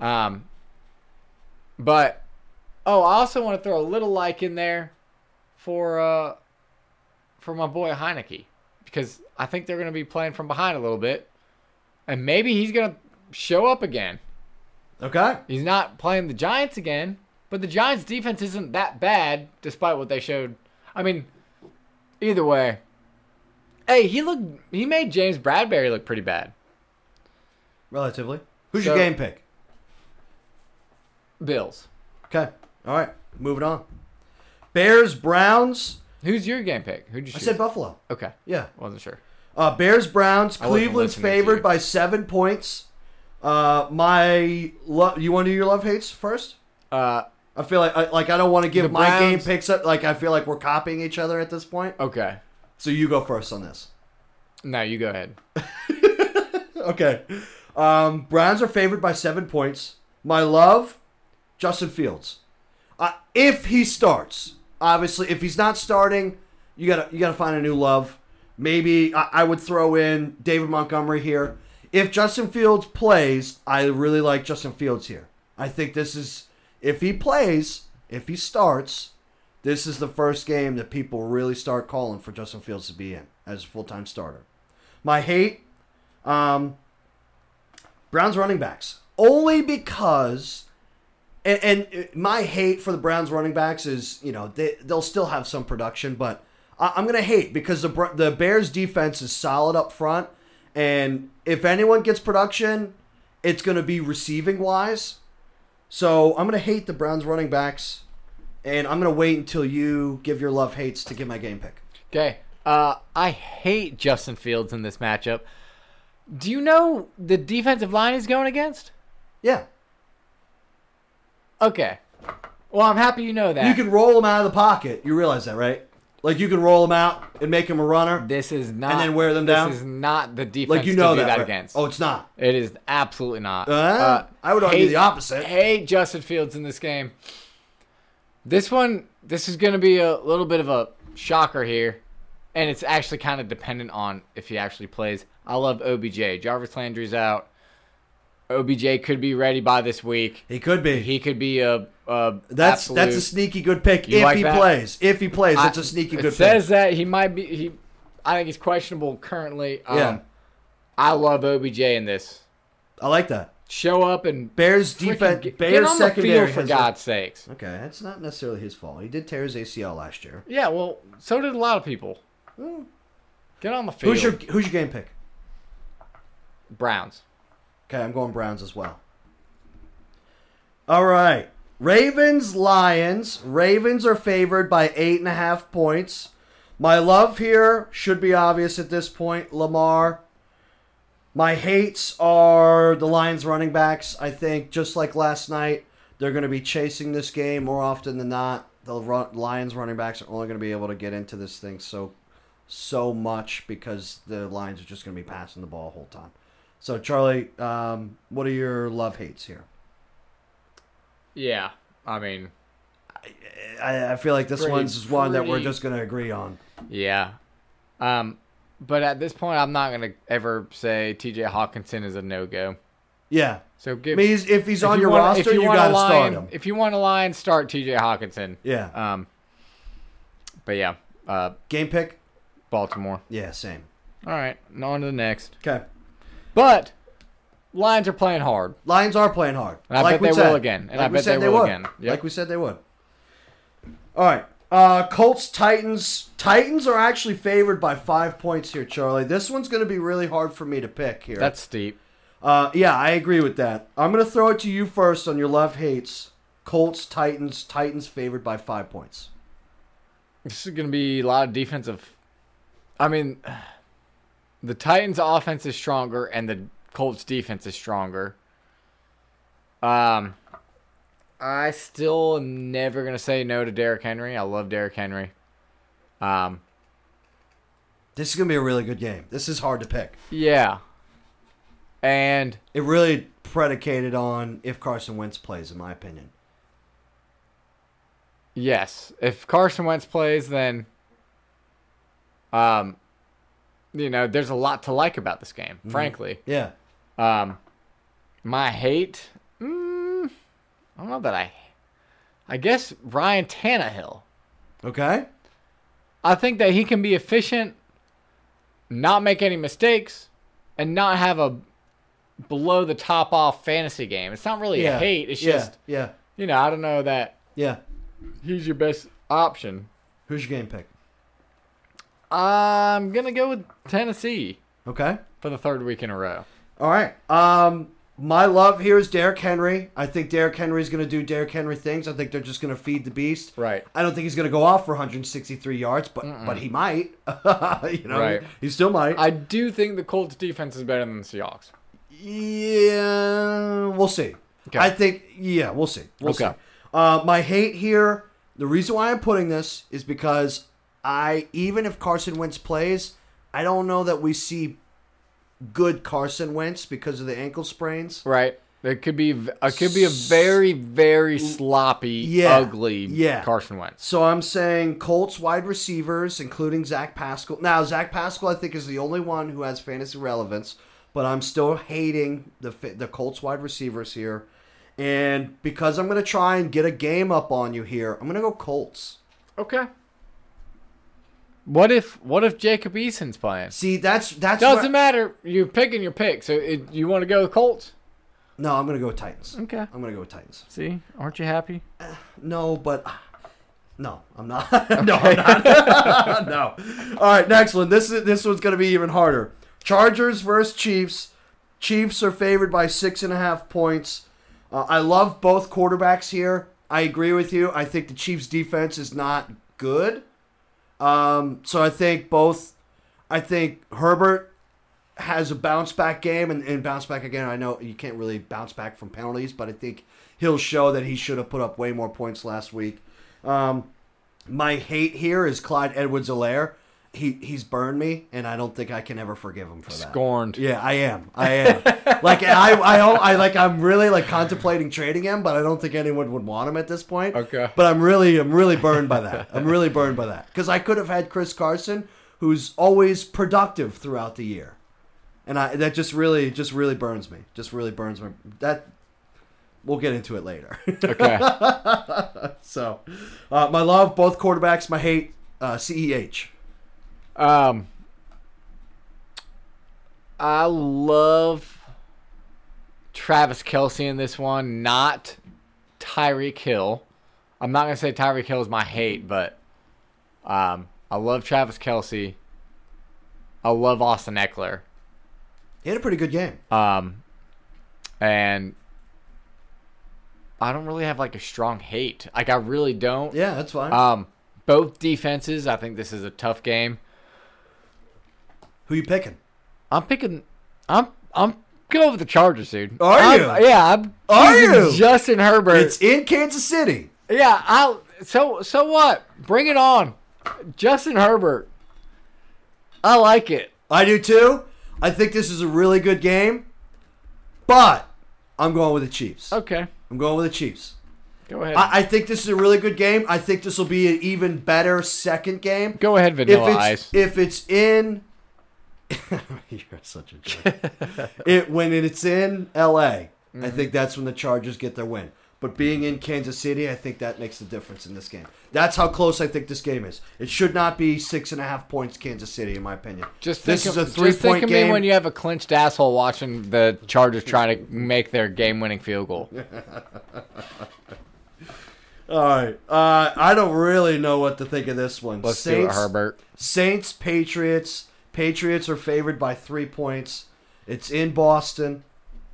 Speaker 2: Um, but Oh, I also want to throw a little like in there for uh for my boy Heineke because I think they're going to be playing from behind a little bit, and maybe he's going to show up again.
Speaker 1: Okay.
Speaker 2: He's not playing the Giants again, but the Giants defense isn't that bad despite what they showed. I mean, either way, hey, he looked he made James Bradbury look pretty bad.
Speaker 1: Relatively. Who's
Speaker 2: So-
Speaker 1: your game pick?
Speaker 2: Bills.
Speaker 1: Okay. All right. Moving on. Bears, Browns.
Speaker 2: Who's your game pick? Who'd you
Speaker 1: I
Speaker 2: shoot?
Speaker 1: said Buffalo.
Speaker 2: okay.
Speaker 1: Yeah.
Speaker 2: Wasn't sure.
Speaker 1: Uh, Bears, Browns.
Speaker 2: wasn't
Speaker 1: Cleveland's
Speaker 2: listening to you.
Speaker 1: favored by seven points. Uh, my love. You want to do your love hates first?
Speaker 2: Uh,
Speaker 1: I feel like I, like I don't want to
Speaker 2: The
Speaker 1: give my game
Speaker 2: Browns-
Speaker 1: picks up. Like I feel like we're copying each other at this point.
Speaker 2: okay.
Speaker 1: So you go first on this.
Speaker 2: No, you go ahead.
Speaker 1: [laughs] Okay. Um, Browns are favored by seven points. My love, Justin Fields. Uh, if he starts, obviously, if he's not starting, you gotta you gotta find a new love. Maybe I, I would throw in David Montgomery here. If Justin Fields plays, I really like Justin Fields here. I think this is if he plays, if he starts, this is the first game that people really start calling for Justin Fields to be in as a full time starter. My hate, um, Browns running backs. Only because, and, and my hate for the Browns running backs is, you know, they, they'll still have some production, but I, I'm going to hate because the, Br- the Bears defense is solid up front. And if anyone gets production, it's going to be receiving wise. So I'm going to hate the Browns running backs. And I'm going to wait until you give your love hates to give my game pick.
Speaker 2: Okay. Uh, I hate Justin Fields in this matchup. Do you know the defensive line he's going against?
Speaker 1: Yeah.
Speaker 2: Okay. Well, I'm happy you know that.
Speaker 1: You can roll him out of the pocket. You realize that, right? Like you can roll him out and make him a runner.
Speaker 2: this is not.
Speaker 1: then wear them down?
Speaker 2: This is not the defense
Speaker 1: Like you know
Speaker 2: to
Speaker 1: that,
Speaker 2: do that,
Speaker 1: right?
Speaker 2: against.
Speaker 1: Oh, it's not.
Speaker 2: It is absolutely not.
Speaker 1: Uh, I would argue
Speaker 2: hate-
Speaker 1: the opposite.
Speaker 2: Hate Justin Fields in this game. This one, this is going to be a little bit of a shocker here, and it's actually kind of dependent on if he actually plays. I love OBJ. Jarvis Landry's out. OBJ could be ready by this week.
Speaker 1: He could be.
Speaker 2: He could be a, a
Speaker 1: that's
Speaker 2: absolute,
Speaker 1: that's a sneaky good pick
Speaker 2: You
Speaker 1: if
Speaker 2: like
Speaker 1: he
Speaker 2: that?
Speaker 1: plays. If he plays, that's
Speaker 2: I-
Speaker 1: a sneaky
Speaker 2: it
Speaker 1: good
Speaker 2: says
Speaker 1: pick.
Speaker 2: that he might be he I think he's questionable currently. Um,
Speaker 1: Yeah.
Speaker 2: I love OBJ in this.
Speaker 1: I like that.
Speaker 2: Show up and
Speaker 1: Bears
Speaker 2: freaking
Speaker 1: defense.
Speaker 2: get,
Speaker 1: Bears
Speaker 2: get on
Speaker 1: secondary
Speaker 2: the field for
Speaker 1: has-
Speaker 2: God's sakes.
Speaker 1: Okay, that's not necessarily his fault. He did tear his ACL last year.
Speaker 2: Yeah, well, so did a lot of people. Hmm. Get on the field.
Speaker 1: Who's your Who's your game pick?
Speaker 2: Browns?
Speaker 1: Okay, I'm going Browns as well. All right. Ravens, Lions. Ravens are favored by eight and a half points. My love here should be obvious at this point, Lamar. My hates are the Lions running backs. I think, just like last night, they're going to be chasing this game more often than not. The run, Lions running backs are only going to be able to get into this thing so so much because the Lions are just going to be passing the ball the whole time. So, Charlie, um, what are your love hates here?
Speaker 2: Yeah, I mean,
Speaker 1: I, I feel like this
Speaker 2: Pretty-
Speaker 1: one's one that we're
Speaker 2: pretty-
Speaker 1: just going to agree on.
Speaker 2: yeah. Um, but at this point, I'm not gonna ever say T.J. Hawkinson is a no go.
Speaker 1: Yeah.
Speaker 2: So
Speaker 1: I
Speaker 2: give
Speaker 1: mean, he's, if he's
Speaker 2: if
Speaker 1: on
Speaker 2: you
Speaker 1: your
Speaker 2: want-
Speaker 1: roster,
Speaker 2: if
Speaker 1: you,
Speaker 2: want a
Speaker 1: got to
Speaker 2: line,
Speaker 1: start him.
Speaker 2: If you want a line, start T.J. Hawkinson.
Speaker 1: yeah.
Speaker 2: Um, but yeah, uh,
Speaker 1: Game pick?
Speaker 2: Baltimore.
Speaker 1: Yeah, same.
Speaker 2: All right, and on to the next.
Speaker 1: Okay.
Speaker 2: But Lions are playing hard.
Speaker 1: Lions are playing hard.
Speaker 2: And I
Speaker 1: like
Speaker 2: bet
Speaker 1: we
Speaker 2: they
Speaker 1: said.
Speaker 2: will again. And
Speaker 1: like
Speaker 2: I
Speaker 1: we
Speaker 2: bet
Speaker 1: said
Speaker 2: they will
Speaker 1: would.
Speaker 2: again. Yep.
Speaker 1: Like we said they would. All right. Uh, Colts, Titans. Titans are actually favored by five points here, Charlie. This one's going to be really hard for me to pick here.
Speaker 2: That's steep.
Speaker 1: Uh, yeah, I agree with that. I'm going to throw it to you first on your love hates. Colts, Titans, Titans favored by five points.
Speaker 2: This is going to be a lot of defensive. I mean, the Titans' offense is stronger, and the Colts' defense is stronger. Um, I still am never going to say no to Derrick Henry. I love Derrick Henry. Um,
Speaker 1: This is going to be a really good game. This is hard to pick.
Speaker 2: yeah, and
Speaker 1: It really predicated on if Carson Wentz plays, in my opinion.
Speaker 2: Yes. If Carson Wentz plays, then um you know, there's a lot to like about this game, frankly.
Speaker 1: Yeah.
Speaker 2: Um my hate mm, I don't know that I I guess Ryan Tannehill.
Speaker 1: Okay.
Speaker 2: I think that he can be efficient, not make any mistakes, and not have a below the top off fantasy game. It's not really
Speaker 1: yeah.
Speaker 2: a hate, it's
Speaker 1: yeah.
Speaker 2: just
Speaker 1: yeah.
Speaker 2: you know, I don't know that
Speaker 1: Yeah.
Speaker 2: he's your best option.
Speaker 1: Who's your game pick?
Speaker 2: I'm gonna go with Tennessee
Speaker 1: Okay.
Speaker 2: for the third week in a row.
Speaker 1: All right. Um, my love here is Derrick Henry. I think Derrick Henry's going to do Derrick Henry things. I think they're just going to feed the beast.
Speaker 2: Right.
Speaker 1: I don't think he's going to go off for 163 yards, but but he might. [laughs] you know,
Speaker 2: Right.
Speaker 1: he, he still might.
Speaker 2: I do think the Colts defense is better than the Seahawks.
Speaker 1: yeah, we'll see.
Speaker 2: Okay.
Speaker 1: I think yeah, we'll see. We'll
Speaker 2: Okay.
Speaker 1: see. Uh, my hate here. The reason why I'm putting this is because I even if Carson Wentz plays, I don't know that we see good Carson Wentz because of the ankle sprains.
Speaker 2: Right. It could be it could be a very very sloppy,
Speaker 1: Yeah.
Speaker 2: ugly
Speaker 1: Yeah.
Speaker 2: Carson Wentz.
Speaker 1: So I'm saying Colts wide receivers, including Zach Pascal. Now Zach Pascal, I think, is the only one who has fantasy relevance, but I'm still hating the fi- the Colts wide receivers here. And because I'm going to try and get a game up on you here, I'm going to go Colts.
Speaker 2: Okay. What if what if Jacob Eason's playing?
Speaker 1: See, that's that's where-
Speaker 2: Doesn't matter. You're picking your pick. So it, you want to go with Colts?
Speaker 1: no. I'm going to go with Titans.
Speaker 2: Okay.
Speaker 1: I'm going to go with Titans.
Speaker 2: See, aren't you happy?
Speaker 1: No, but [sighs] no, I'm not. [laughs] no, I'm not. [laughs] no. All right, next one. This is this one's gonna be even harder. Chargers versus Chiefs. Chiefs are favored by six and a half points. Uh, I love both quarterbacks here. I agree with you. I think the Chiefs' defense is not good. Um, so I think both. I think Herbert has a bounce back game and, and bounce back again. I know you can't really bounce back from penalties, but I think he'll show that he should have put up way more points last week. Um, my hate here is Clyde Edwards Alaire. He he's burned me, and I don't think I can ever forgive him for that.
Speaker 2: Scorned.
Speaker 1: Yeah, I am. I am. like and I, I, don't- I like I'm really like contemplating trading him, but I don't think anyone would want him at this point.
Speaker 2: Okay.
Speaker 1: But I'm really, I'm really burned by that. I'm really burned by that because I could have had Chris Carson, who's always productive throughout the year. and I that just really just really burns me. Just really burns me. That we'll get into it later. [laughs]
Speaker 2: Okay.
Speaker 1: so, uh, my love both quarterbacks. My hate uh, Ceh.
Speaker 2: Um, I love Travis Kelsey in this one, not Tyreek Hill. I'm not gonna say Tyreek Hill is my hate, but um, I love Travis Kelsey. I love Austin Eckler.
Speaker 1: He had a pretty good game.
Speaker 2: Um, and I don't really have like a strong hate. Like I really don't.
Speaker 1: yeah, that's fine.
Speaker 2: Um, both defenses. I think this is a tough game.
Speaker 1: Who you picking?
Speaker 2: I'm picking. I'm I'm going with the Chargers, dude.
Speaker 1: Are
Speaker 2: I'm-
Speaker 1: you?
Speaker 2: Yeah, I'm.
Speaker 1: Are
Speaker 2: choosing
Speaker 1: you?
Speaker 2: Justin Herbert.
Speaker 1: It's in Kansas City.
Speaker 2: yeah, I. So so what? Bring it on, Justin Herbert. I like it.
Speaker 1: I do too. I think this is a really good game, but I'm going with the Chiefs.
Speaker 2: Okay,
Speaker 1: I'm going with the Chiefs.
Speaker 2: go ahead.
Speaker 1: I, I think this is a really good game. I think this will be an even better second game.
Speaker 2: go ahead,
Speaker 1: if
Speaker 2: Vanilla
Speaker 1: it's
Speaker 2: Ice.
Speaker 1: if it's in, [laughs] you're such a jerk.
Speaker 2: [laughs]
Speaker 1: it when it's in L.A.,
Speaker 2: Mm-hmm.
Speaker 1: I think that's when the Chargers get their win. But being in Kansas City, I think that makes the difference in this game. That's how close I think this game is. It should not be six and a half points, Kansas City, in my opinion.
Speaker 2: Just think
Speaker 1: this
Speaker 2: of,
Speaker 1: is a
Speaker 2: just
Speaker 1: three
Speaker 2: think
Speaker 1: point
Speaker 2: of
Speaker 1: game.
Speaker 2: me when you have a clinched asshole watching the Chargers try to make their game-winning field goal.
Speaker 1: All right, uh, I don't really know what to think of this one.
Speaker 2: Let's do it,
Speaker 1: Saints-
Speaker 2: Herbert.
Speaker 1: Saints, Patriots. Patriots are favored by three points. It's in Boston.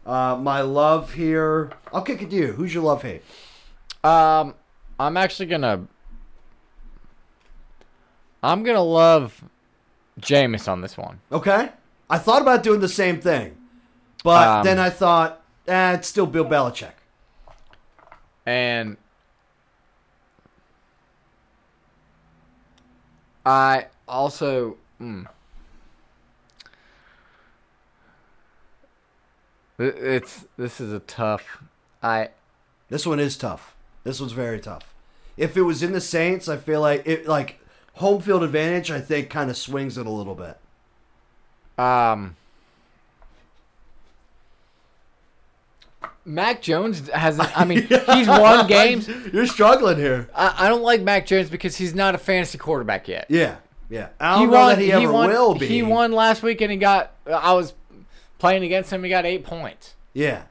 Speaker 1: Uh, my love here. I'll kick it to you. Who's your love hate?
Speaker 2: Um, I'm actually gonna. I'm gonna love Jameis on this one.
Speaker 1: Okay. I thought about doing the same thing, but
Speaker 2: Um,
Speaker 1: then I thought, eh, it's still Bill Belichick.
Speaker 2: and I also mm, Th- it's this is a tough I
Speaker 1: This one is tough. This one's very tough. If it was in the Saints, I feel like it like home field advantage. I think kind of swings it a little bit.
Speaker 2: um Mac Jones hasn't I mean he's won games
Speaker 1: You're struggling here.
Speaker 2: I, I don't like Mac Jones because he's not a fantasy quarterback yet.
Speaker 1: Yeah, yeah. I don't know that he ever
Speaker 2: won,
Speaker 1: will be.
Speaker 2: He won last week and he got. I was playing against him. He got eight points.
Speaker 1: Yeah.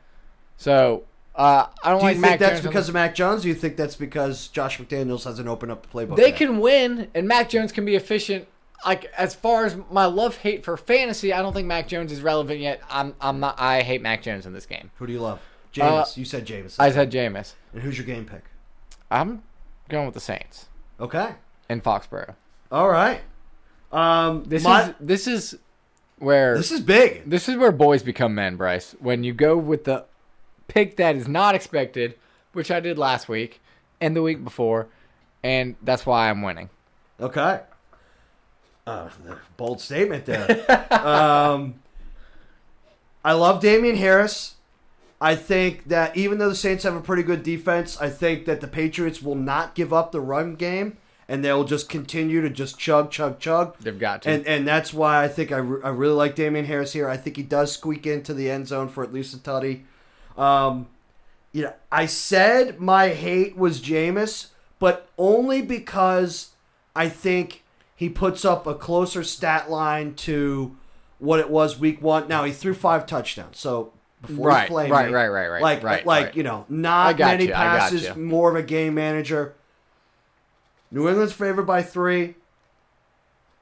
Speaker 2: So uh, I don't
Speaker 1: Do you
Speaker 2: like
Speaker 1: think
Speaker 2: Mac
Speaker 1: that's
Speaker 2: Jones on
Speaker 1: because
Speaker 2: the-
Speaker 1: of Mac Jones? Do you think that's because Josh McDaniels hasn't opened up the playbook?
Speaker 2: they
Speaker 1: yet?
Speaker 2: can win and Mac Jones can be efficient. Like as far as my love hate for fantasy, I don't think Mac Jones is relevant yet. I'm I'm not. I hate Mac Jones in this game.
Speaker 1: Who do you love? James. you said James.
Speaker 2: Uh, I said Jameis.
Speaker 1: and who's your game pick?
Speaker 2: I'm going with the Saints
Speaker 1: Okay.
Speaker 2: in Foxborough.
Speaker 1: All right. Um,
Speaker 2: This
Speaker 1: my-
Speaker 2: is this is where
Speaker 1: this is big.
Speaker 2: This is where boys become men, Bryce. When you go with the pick that is not expected, which I did last week and the week before, and that's why I'm winning.
Speaker 1: Okay. Uh, bold statement
Speaker 2: [laughs]
Speaker 1: there. um, I love Damian Harris. I think that even though the Saints have a pretty good defense, I think that the Patriots will not give up the run game and they'll just continue to just chug, chug, chug.
Speaker 2: They've got to.
Speaker 1: And and that's why I think I, re- I really like Damian Harris here. I think he does squeak into the end zone for at least a tutty. Um, you know, I said my hate was Jameis, but only because I think he puts up a closer stat line to what it was week one. Now he threw five touchdowns, so before
Speaker 2: Right,
Speaker 1: he played,
Speaker 2: right, right, right, right,
Speaker 1: like
Speaker 2: right,
Speaker 1: like
Speaker 2: right.
Speaker 1: you know,
Speaker 2: I
Speaker 1: not
Speaker 2: got
Speaker 1: many
Speaker 2: you, I got
Speaker 1: passes,
Speaker 2: you.
Speaker 1: more of a game manager. New England's favored by three.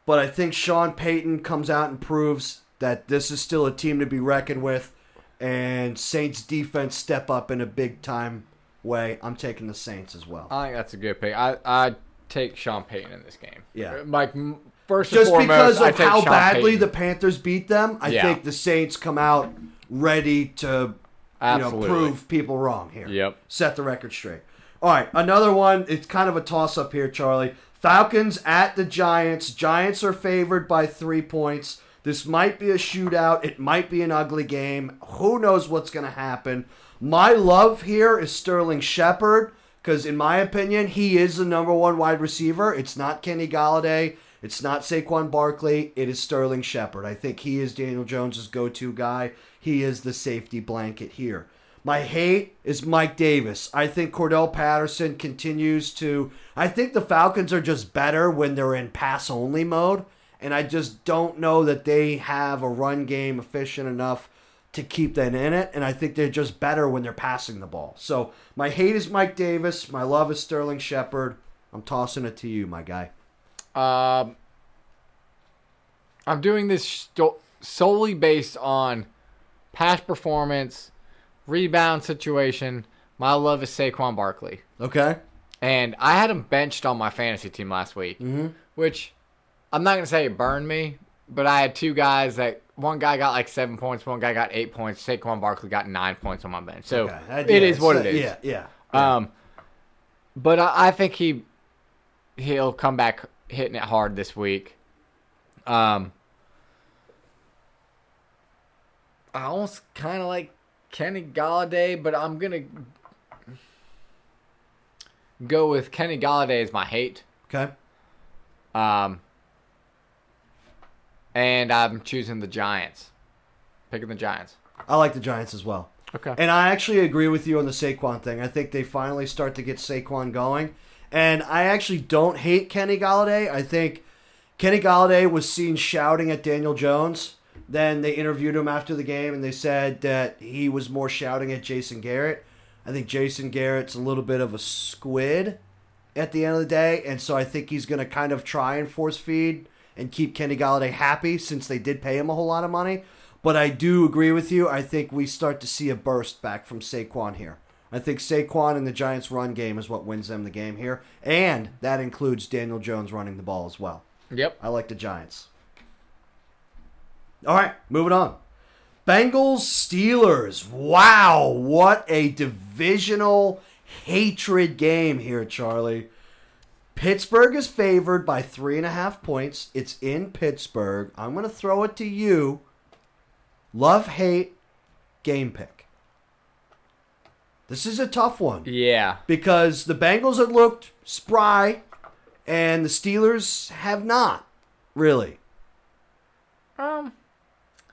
Speaker 1: But I think Sean Payton comes out and proves that this is still a team to be reckoned with, and Saints defense step up in a big time way. I'm taking the Saints as well.
Speaker 2: I think that's a good pick. I I take Sean Payton in this game.
Speaker 1: Yeah.
Speaker 2: Like m- first and
Speaker 1: Just
Speaker 2: foremost,
Speaker 1: because
Speaker 2: I
Speaker 1: of
Speaker 2: take
Speaker 1: how
Speaker 2: Sean
Speaker 1: badly
Speaker 2: Payton.
Speaker 1: the Panthers beat them, I
Speaker 2: Yeah.
Speaker 1: think the Saints come out ready to you know,
Speaker 2: Absolutely.
Speaker 1: prove people wrong here.
Speaker 2: Yep.
Speaker 1: Set the record straight. All right, another one. It's kind of a toss up here, Charlie. Falcons at the Giants. Giants are favored by three points. This might be a shootout. It might be an ugly game. Who knows what's going to happen? My love here is Sterling Shepard because, in my opinion, he is the number one wide receiver. It's not Kenny Galladay. It's not Saquon Barkley. It is Sterling Shepard. I think he is Daniel Jones's go-to guy. He is the safety blanket here. My hate is Mike Davis. I think Cordell Patterson continues to. I think the Falcons are just better when they're in pass only mode. And I just don't know that they have a run game efficient enough to keep them in it. And I think they're just better when they're passing the ball. So my hate is Mike Davis. My love is Sterling Shepard. I'm tossing it to you, my guy.
Speaker 2: Um, I'm doing this sto- solely based on past performance, rebound situation. My love is Saquon Barkley,
Speaker 1: Okay.
Speaker 2: and I had him benched on my fantasy team last week,
Speaker 1: Mm-hmm.
Speaker 2: which I'm not gonna say it burned me, but I had two guys that one guy got like seven points, one guy got eight points. Saquon Barkley got nine points on my bench, so
Speaker 1: Okay. I-
Speaker 2: it
Speaker 1: yeah,
Speaker 2: is what
Speaker 1: so-
Speaker 2: it is.
Speaker 1: Yeah, yeah.
Speaker 2: Um, but I, I think he he'll come back hitting it hard this week. Um, I almost kind of like Kenny Galladay, but I'm gonna go with Kenny Galladay as my hate.
Speaker 1: Okay.
Speaker 2: Um, and I'm choosing the Giants, picking the Giants.
Speaker 1: I like the Giants as well.
Speaker 2: Okay.
Speaker 1: And I actually agree with you on the Saquon thing. I think they finally start to get Saquon going. And I actually don't hate Kenny Galladay. I think Kenny Galladay was seen shouting at Daniel Jones. Then they interviewed him after the game and they said that he was more shouting at Jason Garrett. I think Jason Garrett's a little bit of a squid at the end of the day. And so I think he's going to kind of try and force feed and keep Kenny Galladay happy since they did pay him a whole lot of money. But I do agree with you. I think we start to see a burst back from Saquon here. I think Saquon and the Giants' run game is what wins them the game here. And that includes Daniel Jones running the ball as well.
Speaker 2: Yep.
Speaker 1: I like the Giants. All right, moving on. Bengals Steelers. Wow, what a divisional hatred game here, Charlie. Pittsburgh is favored by three and a half points. It's in Pittsburgh. I'm going to throw it to you. Love, hate, game pick. This is a tough one
Speaker 2: Yeah.
Speaker 1: because the Bengals have looked spry and the Steelers have not really.
Speaker 2: Um.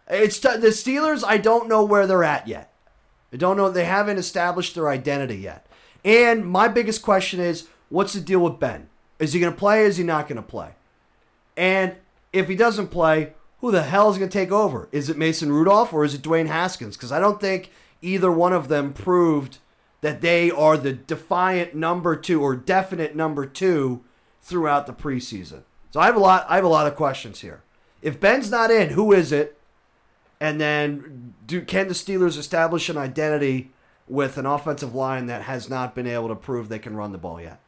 Speaker 1: It's t- the Steelers I don't know where they're at yet. I don't know they haven't established their identity yet. And my biggest question is what's the deal with Ben? Is he going to play is he not going to play? And if he doesn't play, who the hell is going to take over? Is it Mason Rudolph or is it Dwayne Haskins? Because I don't think either one of them proved that they are the defiant number two or definite number two throughout the preseason. So I have a lot. I have a lot of questions here. If Ben's not in, who is it? And then do can the Steelers establish an identity with an offensive line that has not been able to prove they can run the ball yet?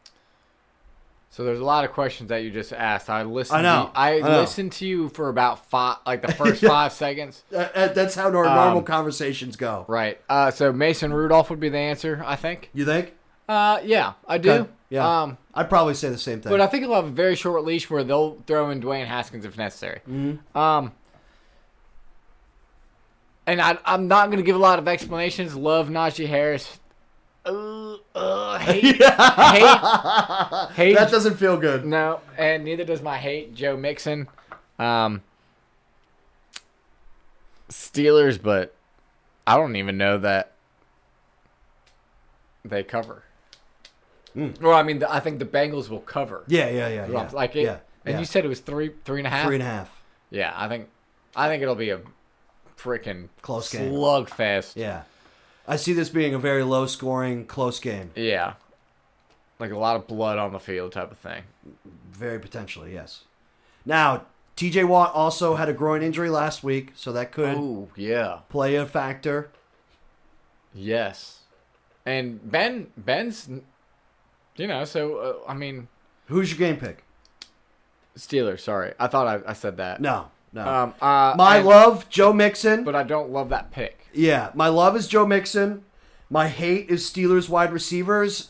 Speaker 2: So there's a lot of questions that you just asked. I listened.
Speaker 1: I know,
Speaker 2: To, I,
Speaker 1: I know.
Speaker 2: listened to you for about five, like
Speaker 1: [laughs]
Speaker 2: the first five seconds.
Speaker 1: Uh, uh, that's how our normal conversations go.
Speaker 2: Right. Uh, so Mason Rudolph would be the answer, I think.
Speaker 1: You think?
Speaker 2: Uh, yeah, I do.
Speaker 1: Okay, Yeah.
Speaker 2: Um,
Speaker 1: I'd probably say the same thing.
Speaker 2: but I think he'll have a very short leash where they'll throw in Dwayne Haskins if necessary.
Speaker 1: Mm-hmm.
Speaker 2: Um. And I, I'm not going to give a lot of explanations. Love Najee Harris. Uh,
Speaker 1: [laughs]
Speaker 2: uh, hate, hate, hate
Speaker 1: that doesn't feel good.
Speaker 2: No, and neither does my hate Joe Mixon. Um, Steelers, but I don't even know that they cover. Well, I mean, the, I think the Bengals will cover.
Speaker 1: Hmm. Yeah, yeah, yeah. yeah.
Speaker 2: like it.
Speaker 1: yeah,
Speaker 2: and
Speaker 1: yeah.
Speaker 2: you said it was three, three and a half.
Speaker 1: three and a half.
Speaker 2: Yeah, I think, I think it'll be a freaking
Speaker 1: Close game.
Speaker 2: slugfest.
Speaker 1: Yeah. I see this being a very low scoring, close game.
Speaker 2: yeah, like a lot of blood on the field type of thing.
Speaker 1: Very potentially, yes. Now, TJ Watt also had a groin injury last week, so that could
Speaker 2: Oh yeah.
Speaker 1: play a factor.
Speaker 2: Yes, and Ben Ben's, you know, so uh, I mean
Speaker 1: Who's your game pick?
Speaker 2: Steelers. Sorry, I thought I, I said that.
Speaker 1: No, no.
Speaker 2: Um. Uh,
Speaker 1: my
Speaker 2: and-
Speaker 1: love, Joe Mixon.
Speaker 2: but I don't love that pick.
Speaker 1: Yeah, my love is Joe Mixon. My hate is Steelers wide receivers.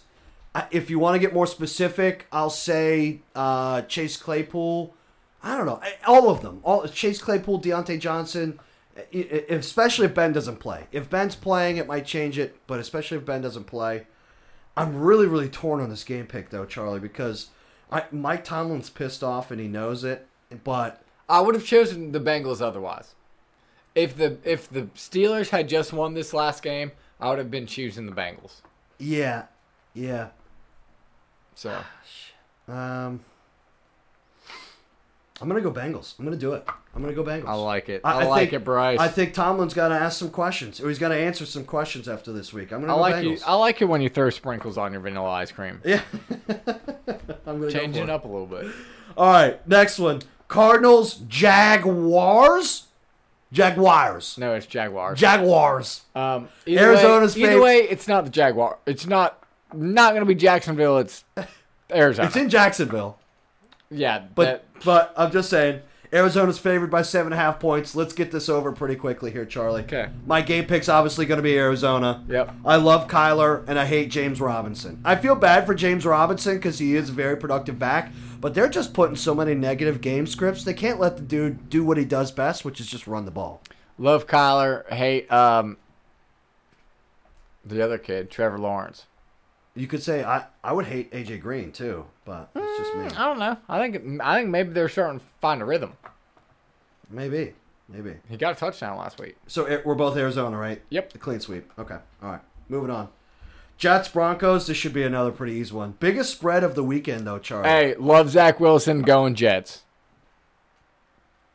Speaker 1: I- If you want to get more specific, I'll say uh, Chase Claypool. I don't know. I- All of them. All Chase Claypool, Deontay Johnson. e- e- Especially if Ben doesn't play. If Ben's playing, it might change it. But especially if Ben doesn't play, I'm really really torn on this game pick though, Charlie, because I, Mike Tomlin's pissed off and he knows it, but
Speaker 2: I would have chosen the Bengals otherwise. If the if the Steelers had just won this last game, I would have been choosing the Bengals.
Speaker 1: yeah, yeah.
Speaker 2: So
Speaker 1: Um, I'm gonna go Bengals. I'm gonna do it. I'm gonna go Bengals.
Speaker 2: I like it. I, like
Speaker 1: think,
Speaker 2: it, Bryce.
Speaker 1: I think Tomlin's got to ask some questions, or he's got to answer some questions after this week. I'm gonna
Speaker 2: I
Speaker 1: go
Speaker 2: like
Speaker 1: Bengals.
Speaker 2: you. I like it when you throw sprinkles on your vanilla ice cream.
Speaker 1: yeah, I'm gonna
Speaker 2: Change
Speaker 1: go
Speaker 2: it
Speaker 1: for
Speaker 2: up a little bit.
Speaker 1: it. All right, next one: Cardinals, Jaguars, Jaguars,
Speaker 2: No, it's Jaguars.
Speaker 1: Jaguars.
Speaker 2: Um, either
Speaker 1: Arizona's
Speaker 2: way, either
Speaker 1: fav-
Speaker 2: way, it's not the Jaguar. It's not not going to be Jacksonville.
Speaker 1: [laughs]
Speaker 2: It's Arizona.
Speaker 1: It's in Jacksonville,
Speaker 2: yeah,
Speaker 1: but but I'm just saying. Arizona's favored by seven and a half points. Let's get this over pretty quickly here, Charlie.
Speaker 2: Okay.
Speaker 1: My game pick's obviously going to be Arizona.
Speaker 2: Yep.
Speaker 1: I love Kyler and I hate James Robinson. I feel bad for James Robinson because he is a very productive back, but they're just putting so many negative game scripts. They can't let the dude do what he does best, which is just run the ball.
Speaker 2: love Kyler. Hate um, the other kid, Trevor Lawrence.
Speaker 1: You could say I, I would hate AJ Green too, but it's just me.
Speaker 2: I don't know. I think I think maybe they're starting to find a rhythm.
Speaker 1: Maybe, maybe.
Speaker 2: He got a touchdown last week.
Speaker 1: So eh, we're both Arizona, right?
Speaker 2: Yep.
Speaker 1: The clean sweep. Okay. All right. Moving on. Jets Broncos. This should be another pretty easy one. Biggest spread of the weekend though, Charlie.
Speaker 2: Hey, love Zach Wilson going Jets.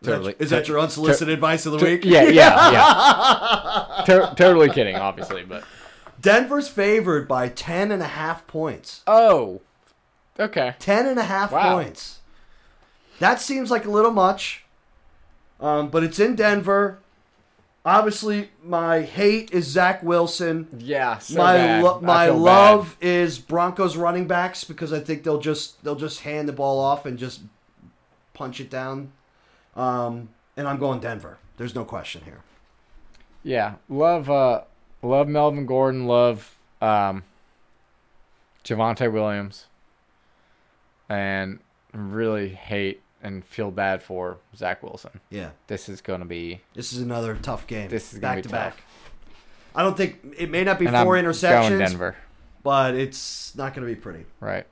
Speaker 1: is, that, is that your unsolicited advice of the week?
Speaker 2: Yeah, yeah, yeah.
Speaker 1: [laughs]
Speaker 2: To- totally kidding, obviously, but
Speaker 1: Denver's favored by 10 and a half points.
Speaker 2: oh, okay.
Speaker 1: 10 and a half
Speaker 2: Wow.
Speaker 1: points. That seems like a little much. Um, but it's in Denver. Obviously, my hate is Zach Wilson.
Speaker 2: Yeah, so
Speaker 1: my
Speaker 2: bad.
Speaker 1: lo-
Speaker 2: I
Speaker 1: my
Speaker 2: feel bad.
Speaker 1: love is Broncos running backs because I think they'll just they'll just hand the ball off and just punch it down. Um, and I'm going Denver. There's no question here.
Speaker 2: Yeah, love uh, love Melvin Gordon. Love um, Javante Williams, and really hate and feel bad for Zach Wilson.
Speaker 1: Yeah.
Speaker 2: This is gonna be
Speaker 1: This is another tough game.
Speaker 2: This is
Speaker 1: back
Speaker 2: gonna be
Speaker 1: to
Speaker 2: tough.
Speaker 1: back. I don't think it may not be
Speaker 2: and
Speaker 1: four
Speaker 2: I'm Going
Speaker 1: interceptions,
Speaker 2: Denver,
Speaker 1: but it's not going to be pretty.
Speaker 2: right?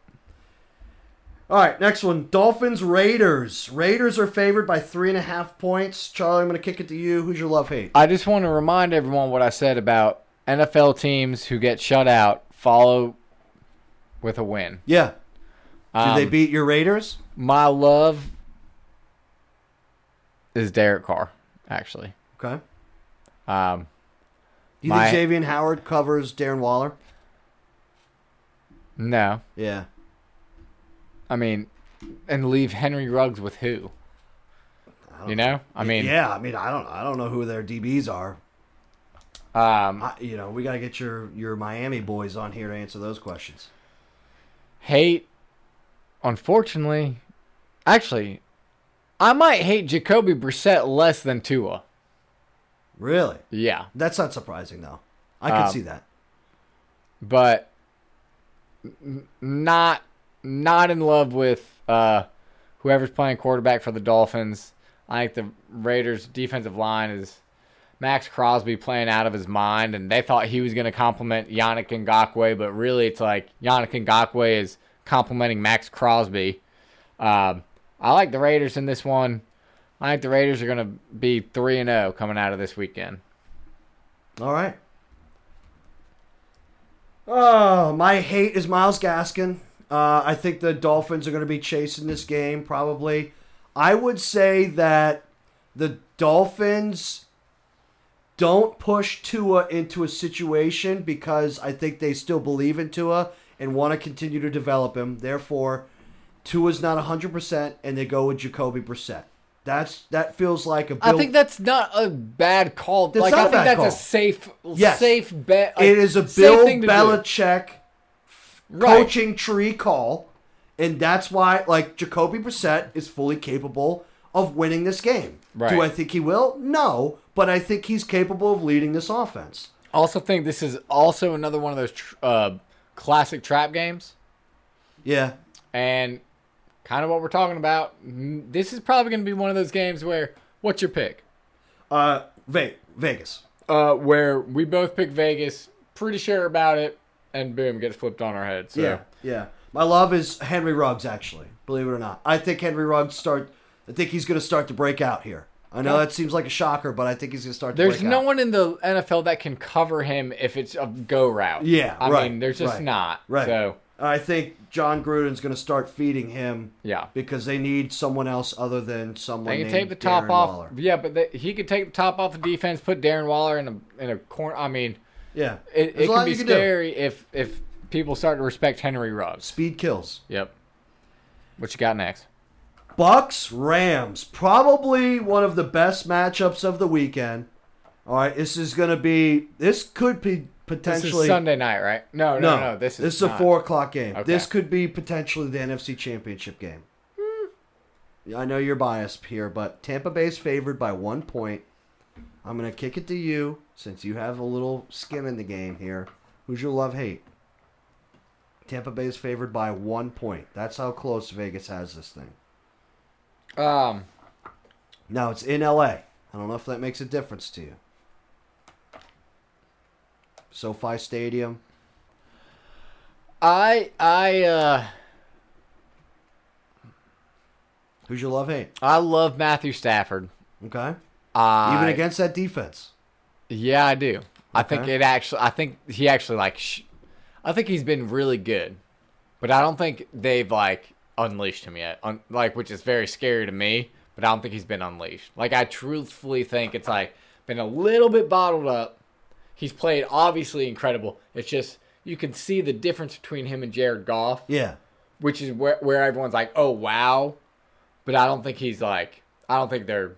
Speaker 1: All right, next one: Dolphins Raiders. Raiders are favored by three and a half points. Charlie, I'm going to kick it to you. Who's your love hate?
Speaker 2: I just want to remind everyone what I said about NFL teams who get shut out follow with a win.
Speaker 1: Yeah, do
Speaker 2: Um,
Speaker 1: they beat your Raiders?
Speaker 2: my love is Derek Carr, actually.
Speaker 1: Okay.
Speaker 2: Um,
Speaker 1: Do you
Speaker 2: my-
Speaker 1: think Javian Howard covers Darren Waller?
Speaker 2: no,
Speaker 1: Yeah.
Speaker 2: I mean, and leave Henry Ruggs with who? You know, I mean,
Speaker 1: yeah, I mean, I don't, I don't know who their DBs are.
Speaker 2: um,
Speaker 1: I, you know, we got to get your your Miami boys on here to answer those questions.
Speaker 2: hate. Unfortunately, actually, I might hate Jacoby Brissett less than Tua.
Speaker 1: Really?
Speaker 2: Yeah,
Speaker 1: That's not surprising though. I can
Speaker 2: Um,
Speaker 1: see that.
Speaker 2: but n- not not in love with uh, whoever's playing quarterback for the Dolphins. I think the Raiders' defensive line is Max Crosby playing out of his mind, and they thought he was going to compliment Yannick Ngakwe, but really it's like Yannick Ngakwe is complimenting Max Crosby. Um, I like the Raiders in this one. I think the Raiders are going to be three and zero coming out of this weekend.
Speaker 1: All right. Oh, my hate is Miles Gaskin. Uh, I think the Dolphins are going to be chasing this game probably. I would say that the Dolphins don't push Tua into a situation because I think they still believe in Tua and want to continue to develop him. Therefore, Tua's not 100% and they go with Jacoby Brissett. That's that feels like a
Speaker 2: I
Speaker 1: Bill
Speaker 2: think that's not a bad call.
Speaker 1: That's
Speaker 2: like
Speaker 1: not
Speaker 2: I
Speaker 1: a
Speaker 2: think
Speaker 1: bad
Speaker 2: that's
Speaker 1: call.
Speaker 2: a safe,
Speaker 1: Yes.
Speaker 2: safe bet. like,
Speaker 1: it is a
Speaker 2: safe
Speaker 1: Bill
Speaker 2: thing to do.
Speaker 1: Belichick
Speaker 2: Right.
Speaker 1: coaching tree call, and that's why like Jacoby Brissett is fully capable of winning this game.
Speaker 2: Right.
Speaker 1: Do I think he will? No, but I think he's capable of leading this offense.
Speaker 2: Also, think this is also another one of those tr- uh, classic trap games,
Speaker 1: Yeah,
Speaker 2: and kind of what we're talking about. mm, This is probably going to be one of those games where what's your pick?
Speaker 1: uh, Ve- Vegas.
Speaker 2: Uh, where we both pick Vegas, pretty sure about it, and boom, gets flipped on our head. So
Speaker 1: Yeah, yeah. My love is Henry Ruggs. Actually, believe it or not, I think Henry Ruggs start. I think he's going to start to break out here. I know that seems like a shocker, but I think he's going to start. To
Speaker 2: There's
Speaker 1: break
Speaker 2: no
Speaker 1: out.
Speaker 2: one in the NFL that can cover him if it's a go route.
Speaker 1: Yeah,
Speaker 2: I
Speaker 1: right,
Speaker 2: mean, there's just
Speaker 1: right,
Speaker 2: not.
Speaker 1: right.
Speaker 2: So
Speaker 1: I think John Gruden's going to start feeding him
Speaker 2: yeah,
Speaker 1: because they need someone else other than someone.
Speaker 2: they can
Speaker 1: named
Speaker 2: take the top
Speaker 1: Darren
Speaker 2: off.
Speaker 1: Waller.
Speaker 2: Yeah, but they, he could take the top off the defense, put Darren Waller in a in a corner. I mean,
Speaker 1: Yeah,
Speaker 2: it,
Speaker 1: There's a
Speaker 2: it
Speaker 1: lot
Speaker 2: can be
Speaker 1: you do.
Speaker 2: scary if if people start to respect Henry Ruggs.
Speaker 1: Speed kills.
Speaker 2: Yep. What you got next?
Speaker 1: Bucks Rams, probably one of the best matchups of the weekend. All right, this is going to be. This could be
Speaker 2: This
Speaker 1: potentially
Speaker 2: is Sunday night, right? No, no,
Speaker 1: No,
Speaker 2: no. This is
Speaker 1: a
Speaker 2: not.
Speaker 1: four o'clock game.
Speaker 2: Okay.
Speaker 1: This could be potentially the NFC Championship game.
Speaker 2: Hmm.
Speaker 1: Yeah, I know you're biased here, but Tampa Bay's favored by one point. I'm gonna kick it to you since you have a little skin in the game here. Who's your love hate? Tampa Bay's favored by one point. That's how close Vegas has this thing.
Speaker 2: Um,
Speaker 1: Now it's in LA. I don't know if that makes a difference to you. SoFi Stadium.
Speaker 2: I I uh
Speaker 1: Who's your love hate?
Speaker 2: I love Matthew Stafford.
Speaker 1: Okay.
Speaker 2: I,
Speaker 1: Even against that defense.
Speaker 2: Yeah, I do. I think
Speaker 1: Okay.
Speaker 2: it actually. I think he actually like. Sh- I think he's been really good, but I don't think they've like unleashed him yet. Un- like, which is very scary to me. But I don't think he's been unleashed. Like, I truthfully think it's like been a little bit bottled up. He's played obviously incredible. It's just you can see the difference between him and Jared Goff,
Speaker 1: Yeah.
Speaker 2: which is where where everyone's like, oh wow, but I don't think he's like. I don't think they're.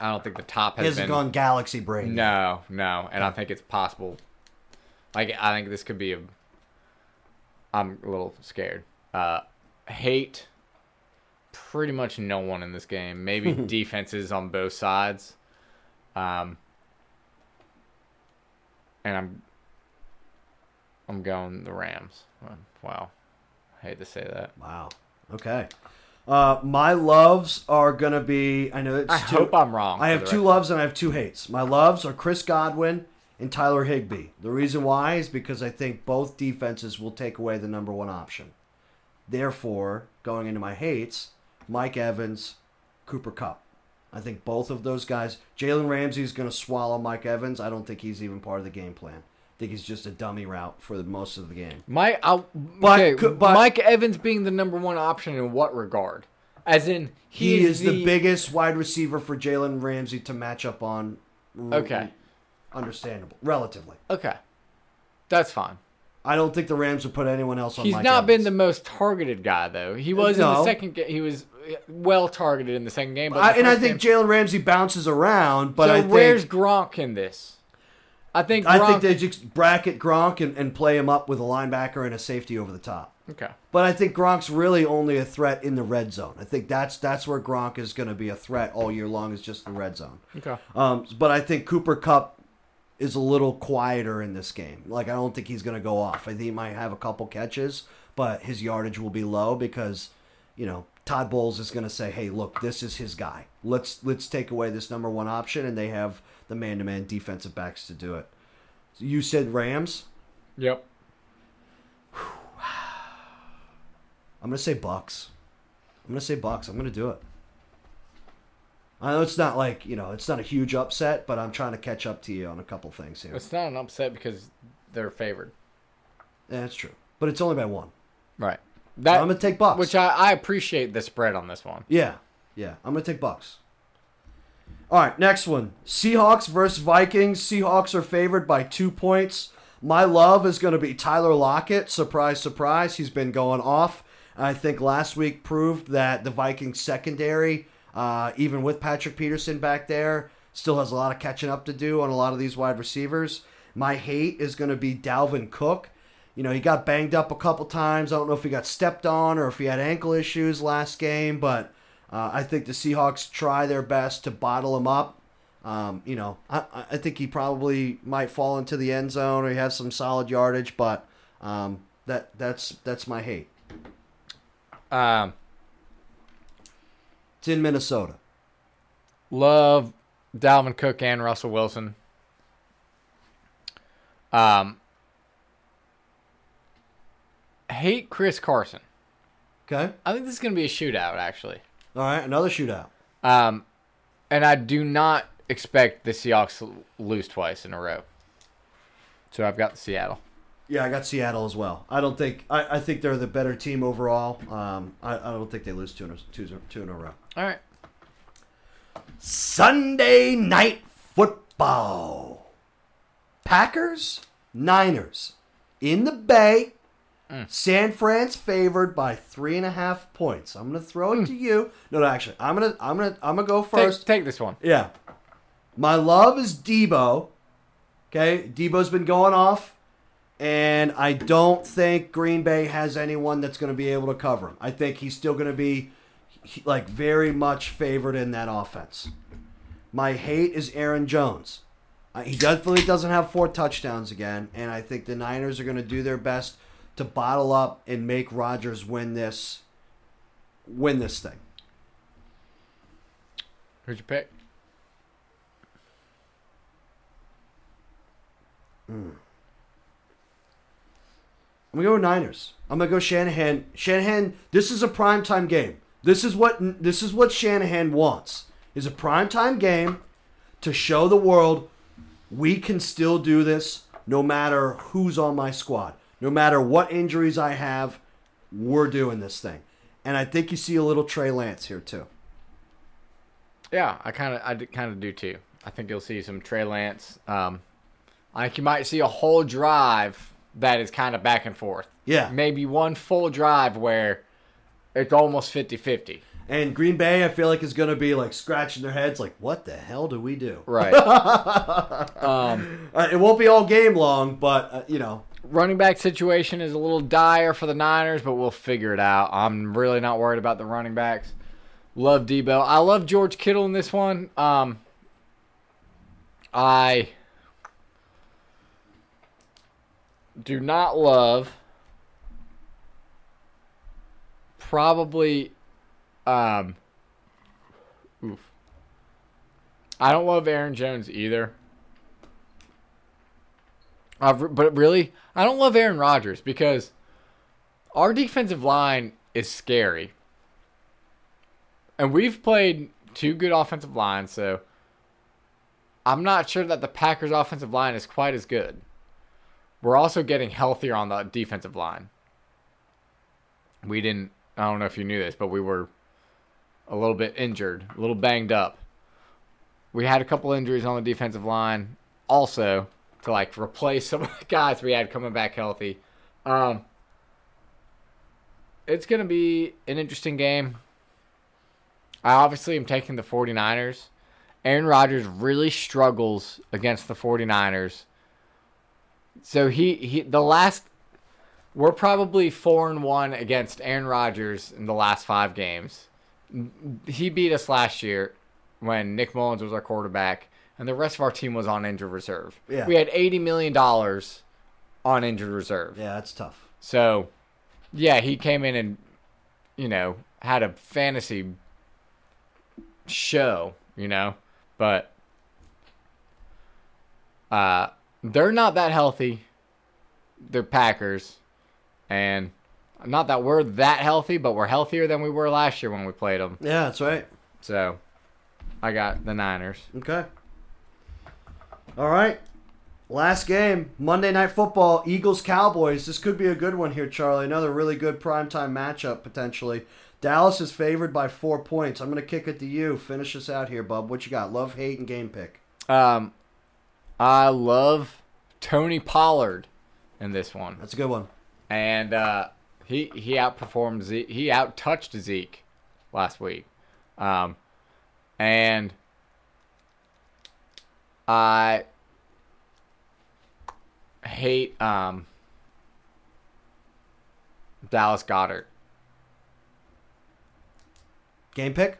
Speaker 2: I don't think the top
Speaker 1: He
Speaker 2: has
Speaker 1: hasn't
Speaker 2: been
Speaker 1: gone galaxy brain.
Speaker 2: no, no, and I think it's possible. Like I think this could be a. I'm a little scared. Uh, hate. Pretty much no one in this game.
Speaker 1: [laughs]
Speaker 2: Maybe defenses on both sides. Um. And I'm. I'm going the Rams. Wow, I hate to say that.
Speaker 1: Wow. Okay. Uh, my loves are gonna be. I know it's.
Speaker 2: I
Speaker 1: two,
Speaker 2: hope I'm wrong.
Speaker 1: I
Speaker 2: for
Speaker 1: have
Speaker 2: the
Speaker 1: two
Speaker 2: record.
Speaker 1: loves and I have two hates. My loves are Chris Godwin and Tyler Higbee. The reason why is because I think both defenses will take away the number one option. Therefore, going into my hates, Mike Evans, Cooper Cup. I think both of those guys. Jalen Ramsey is going to swallow Mike Evans. I don't think he's even part of the game plan. I think he's just a dummy route for the most of the game.
Speaker 2: Mike, I,
Speaker 1: But
Speaker 2: okay,
Speaker 1: could- but-
Speaker 2: Mike Evans being the number one option in what regard? As in,
Speaker 1: He, is, the, biggest wide receiver for Jalen Ramsey to match up on.
Speaker 2: Okay,
Speaker 1: Understandable. Relatively.
Speaker 2: okay, that's fine.
Speaker 1: I don't think the Rams would put anyone else on
Speaker 2: He's
Speaker 1: Mike
Speaker 2: not been
Speaker 1: Evans. Uh,
Speaker 2: the most targeted guy though. He was in the
Speaker 1: No.
Speaker 2: second game. He was uh, well targeted in the second game, but
Speaker 1: I,
Speaker 2: the
Speaker 1: and I
Speaker 2: first
Speaker 1: think
Speaker 2: game,
Speaker 1: Jalen Ramsey bounces around, but
Speaker 2: so
Speaker 1: I think
Speaker 2: where's Gronk in this? I think Gronk,
Speaker 1: I think they just bracket Gronk and, and play him up with a linebacker and a safety over the top.
Speaker 2: okay.
Speaker 1: But I think Gronk's really only a threat in the red zone. I think that's that's where Gronk is going to be a threat all year long is just the red zone.
Speaker 2: Okay.
Speaker 1: Um, but I think Cooper Cup is a little quieter in this game. Like I don't think he's going to go off. I think he might have a couple catches, but his yardage will be low because you know Todd Bowles is going to say, "Hey, look, this is his guy. Let's let's take away this number one option," and they have the man-to-man defensive backs to do it. You said Rams.
Speaker 2: Yep.
Speaker 1: I'm gonna say Bucks. I'm gonna say Bucks. I'm gonna do it. I know it's not like you know, it's not a huge upset, but I'm trying to catch up to you on a couple things here.
Speaker 2: It's not an upset because they're favored.
Speaker 1: Yeah, that's true, but it's only by one.
Speaker 2: Right.
Speaker 1: So
Speaker 2: That
Speaker 1: I'm gonna take Bucks.
Speaker 2: which I, I appreciate the spread on this one.
Speaker 1: yeah, yeah, I'm gonna take Bucks. All right, next one: Seahawks versus Vikings. Seahawks are favored by two points. My love is gonna be Tyler Lockett. Surprise, surprise! He's been going off. I think last week proved that the Vikings secondary, uh, even with Patrick Peterson back there, still has a lot of catching up to do on a lot of these wide receivers. My hate is going to be Dalvin Cook. You know, he got banged up a couple times. I don't know if he got stepped on or if he had ankle issues last game, but uh, I think the Seahawks try their best to bottle him up. Um, you know, I, I- I think he probably might fall into the end zone or he has some solid yardage, but um, that that's that's my hate.
Speaker 2: Um,
Speaker 1: It's in Minnesota.
Speaker 2: love Dalvin Cook and Russell Wilson. Um, hate Chris Carson.
Speaker 1: Okay.
Speaker 2: I think this is going to be a shootout, actually.
Speaker 1: All right. Another shootout.
Speaker 2: Um, and I do not expect the Seahawks to lose twice in a row. So I've got Seattle.
Speaker 1: Yeah, I got Seattle as well. I don't think I, I think they're the better team overall. Um, I, I don't think they lose two in a, two, two in a row.
Speaker 2: All right.
Speaker 1: Sunday night football. Packers, Niners, in the Bay. San Fran's favored by three and a half points. I'm gonna throw it to you. No, no, actually, I'm gonna, I'm gonna, I'm gonna go
Speaker 2: Take,
Speaker 1: first.
Speaker 2: take this one.
Speaker 1: Yeah. My love is Debo. Okay, Debo's been going off, and I don't think Green Bay has anyone that's going to be able to cover him. I think he's still going to be he- like very much favored in that offense. My hate is Aaron Jones. Uh, He definitely doesn't have four touchdowns again, and I think the Niners are going to do their best to bottle up and make Rodgers win this win this thing.
Speaker 2: Who'd you pick?
Speaker 1: I'm gonna go with Niners. I'm gonna go Shanahan. Shanahan. This is a primetime game. This is what this is what Shanahan wants. Is a primetime game to show the world we can still do this no matter who's on my squad, no matter what injuries I have. We're doing this thing, and I think you see a little Trey Lance here too.
Speaker 2: Yeah, I kind of, I kind of do too. I think you'll see some Trey Lance. Um, I think you might see a whole drive that is kind of back and forth.
Speaker 1: Yeah.
Speaker 2: Maybe one full drive where it's almost 50-50.
Speaker 1: And Green Bay, I feel like is gonna be like scratching their heads, like what the hell do we do?
Speaker 2: [laughs] Right. um,
Speaker 1: Uh, it won't be all game long, but uh, you know,
Speaker 2: running back situation is a little dire for the Niners, but we'll figure it out. I'm really not worried about the running backs. Love Debo. I love George Kittle in this one. Um, I do not love probably um oof. I don't love Aaron Jones either. I've, but really, I don't love Aaron Rodgers because our defensive line is scary. And we've played two good offensive lines, so I'm not sure that the Packers' offensive line is quite as good. We're also getting healthier on the defensive line. We didn't, I don't know if you knew this, but we were a little bit injured, a little banged up. We had a couple injuries on the defensive line also to like replace some of the guys we had coming back healthy. Um, it's going to be an interesting game. I obviously am taking the 49ers. Aaron Rodgers really struggles against the 49ers. So he, he the last we're probably 4 and 1 against Aaron Rodgers in the last 5 games. He beat us last year when Nick Mullins was our quarterback and the rest of our team was on injured reserve.
Speaker 1: Yeah.
Speaker 2: We had 80 million dollars on injured reserve.
Speaker 1: yeah, it's tough.
Speaker 2: So, yeah, he came in and, you know, had a fantasy show, you know, but uh, they're not that healthy. They're Packers, and not that we're that healthy, but we're healthier than we were last year when we played them.
Speaker 1: Yeah, that's right.
Speaker 2: So, I got the Niners.
Speaker 1: Okay. All right. Last game, Monday Night Football, Eagles Cowboys. This could be a good one here, Charlie. Another really good primetime matchup potentially. Dallas is favored by four points. I'm going to kick it to you. Finish us out here, bub. What you got? Love, hate, and game pick.
Speaker 2: Um, I love Tony Pollard in this one.
Speaker 1: That's a good one.
Speaker 2: and uh, he he outperformed Zeke. He outtouched Zeke last week, um, and I hate um, Dallas Goddard.
Speaker 1: Game pick?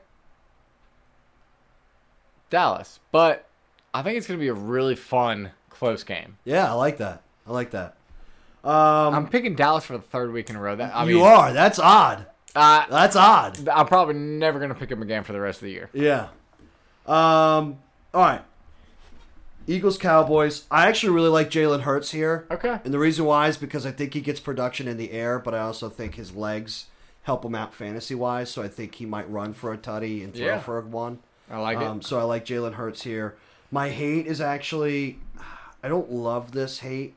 Speaker 2: Dallas, but I think it's gonna be a really fun close game.
Speaker 1: Yeah, I like that. I like that. Um,
Speaker 2: I'm picking Dallas for the third week in a row. That I mean,
Speaker 1: you are. That's odd.
Speaker 2: I-
Speaker 1: That's odd.
Speaker 2: I'm probably never gonna pick him again for the rest of the year.
Speaker 1: Yeah. Um. All right. Eagles Cowboys. I actually really like Jalen Hurts here.
Speaker 2: Okay.
Speaker 1: And the reason why is because I think he gets production in the air, but I also think his legs help him out fantasy wise. So I think he might run for a tutty and throw
Speaker 2: Yeah.
Speaker 1: for a one.
Speaker 2: I like
Speaker 1: Um, so I like Jalen Hurts here. My hate is actually, I don't love this hate.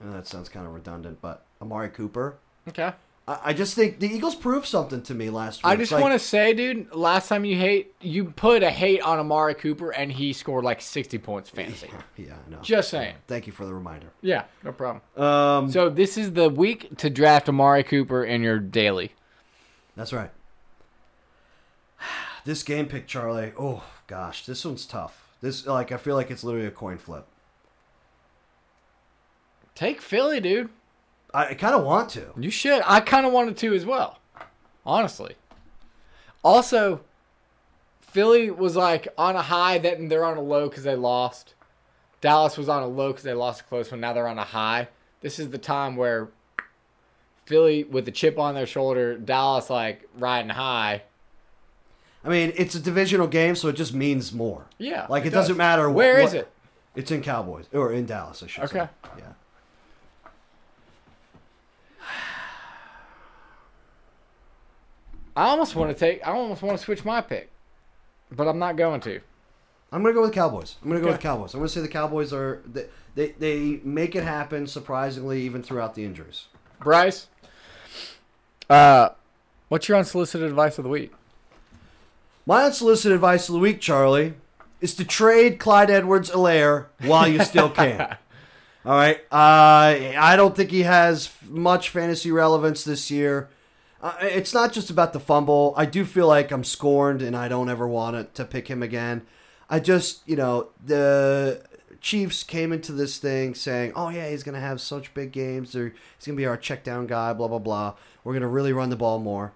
Speaker 1: I know that sounds kind of redundant, but Amari Cooper.
Speaker 2: it. Okay.
Speaker 1: I, I just think the Eagles proved something to me last week.
Speaker 2: I just want to say, dude, last time you hate, you put a hate on Amari Cooper and he scored like 60 points fantasy.
Speaker 1: [laughs] Yeah, I know.
Speaker 2: Just saying.
Speaker 1: Thank you for the reminder.
Speaker 2: Yeah, no problem.
Speaker 1: Um,
Speaker 2: So this is the week to draft Amari Cooper in your daily.
Speaker 1: That's right. [sighs] This game pick, Charlie. Oh gosh, this one's tough. This like I feel like it's literally a coin flip.
Speaker 2: Take Philly, dude.
Speaker 1: I, I kind of want to.
Speaker 2: You should. I kind of wanted to as well, honestly. Also, Philly was like on a high, then they're on a low because they lost. Dallas was on a low because they lost a close one. Now they're on a high. This is the time where Philly with the chip on their shoulder, Dallas like riding high.
Speaker 1: I mean, it's a divisional game, so it just means more.
Speaker 2: Yeah,
Speaker 1: Like it,
Speaker 2: it
Speaker 1: does. not
Speaker 2: does.
Speaker 1: matter.
Speaker 2: Where
Speaker 1: Where is
Speaker 2: is it?
Speaker 1: It's in Cowboys or in Dallas, I should say.
Speaker 2: Okay.
Speaker 1: Yeah.
Speaker 2: I almost want to take. I almost want to switch my pick, but I'm not going to.
Speaker 1: I'm gonna go with Cowboys. I'm gonna go
Speaker 2: Okay.
Speaker 1: with Cowboys. I'm gonna say the Cowboys are they, they they make it happen surprisingly even throughout the injuries.
Speaker 2: Bryce, uh, what's your unsolicited advice of the week?
Speaker 1: My unsolicited advice of the week, Charlie, is to trade Clyde Edwards Alaire while you still can. All right. Uh, I don't think he has much fantasy relevance this year. Uh, it's not just about the fumble. I do feel like I'm scorned and I don't ever want it, to pick him again. I just, you know, the Chiefs came into this thing saying, oh, yeah, he's going to have such big games. Or he's going to be our check down guy, blah, blah, blah. We're going to really run the ball more.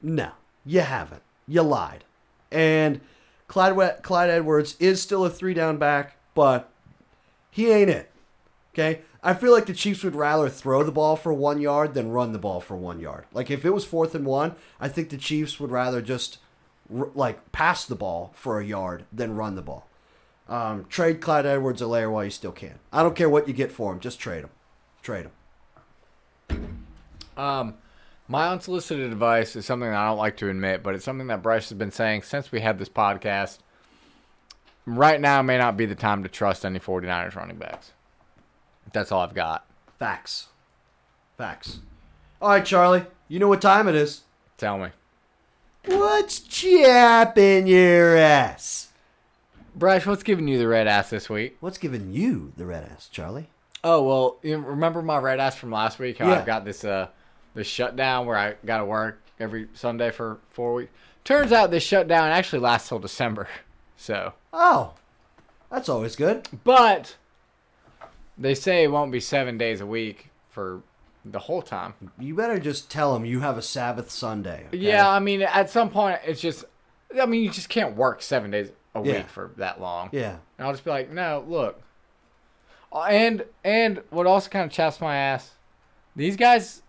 Speaker 1: No, you haven't. You lied. And Clyde, Wet- Clyde Edwards is still a three down back, but he ain't it. Okay? I feel like the Chiefs would rather throw the ball for one yard than run the ball for one yard. Like, if it was fourth and one, I think the Chiefs would rather just, r- like, pass the ball for a yard than run the ball. Um, trade Clyde Edwards Alaire while you still can. I don't care what you get for him. Just trade him. Trade him.
Speaker 2: Um, my unsolicited advice is something that I don't like to admit, but it's something that Bryce has been saying since we had this podcast. Right now may not be the time to trust any 49ers running backs. That's all I've got.
Speaker 1: Facts. Facts. All right, Charlie. You know what time it is.
Speaker 2: Tell me.
Speaker 1: What's chapping your ass?
Speaker 2: Bryce, what's giving you the red ass this week?
Speaker 1: What's giving you the red ass, Charlie?
Speaker 2: Oh, well, you remember my red ass from last week? How
Speaker 1: Yeah.
Speaker 2: I've got this uh this shutdown where I got to work every Sunday for 4 weeks. Turns out this shutdown actually lasts till December. [laughs] So,
Speaker 1: Oh, that's always good.
Speaker 2: But they say it won't be seven days a week for the whole time.
Speaker 1: You better just tell him you have a Sabbath Sunday. okay?
Speaker 2: Yeah, I mean, at some point, it's just, I mean, you just can't work seven days a week
Speaker 1: Yeah.
Speaker 2: for that long.
Speaker 1: Yeah.
Speaker 2: And I'll just be like, no, look. Uh, And and what also kind of chaps my ass, these guys,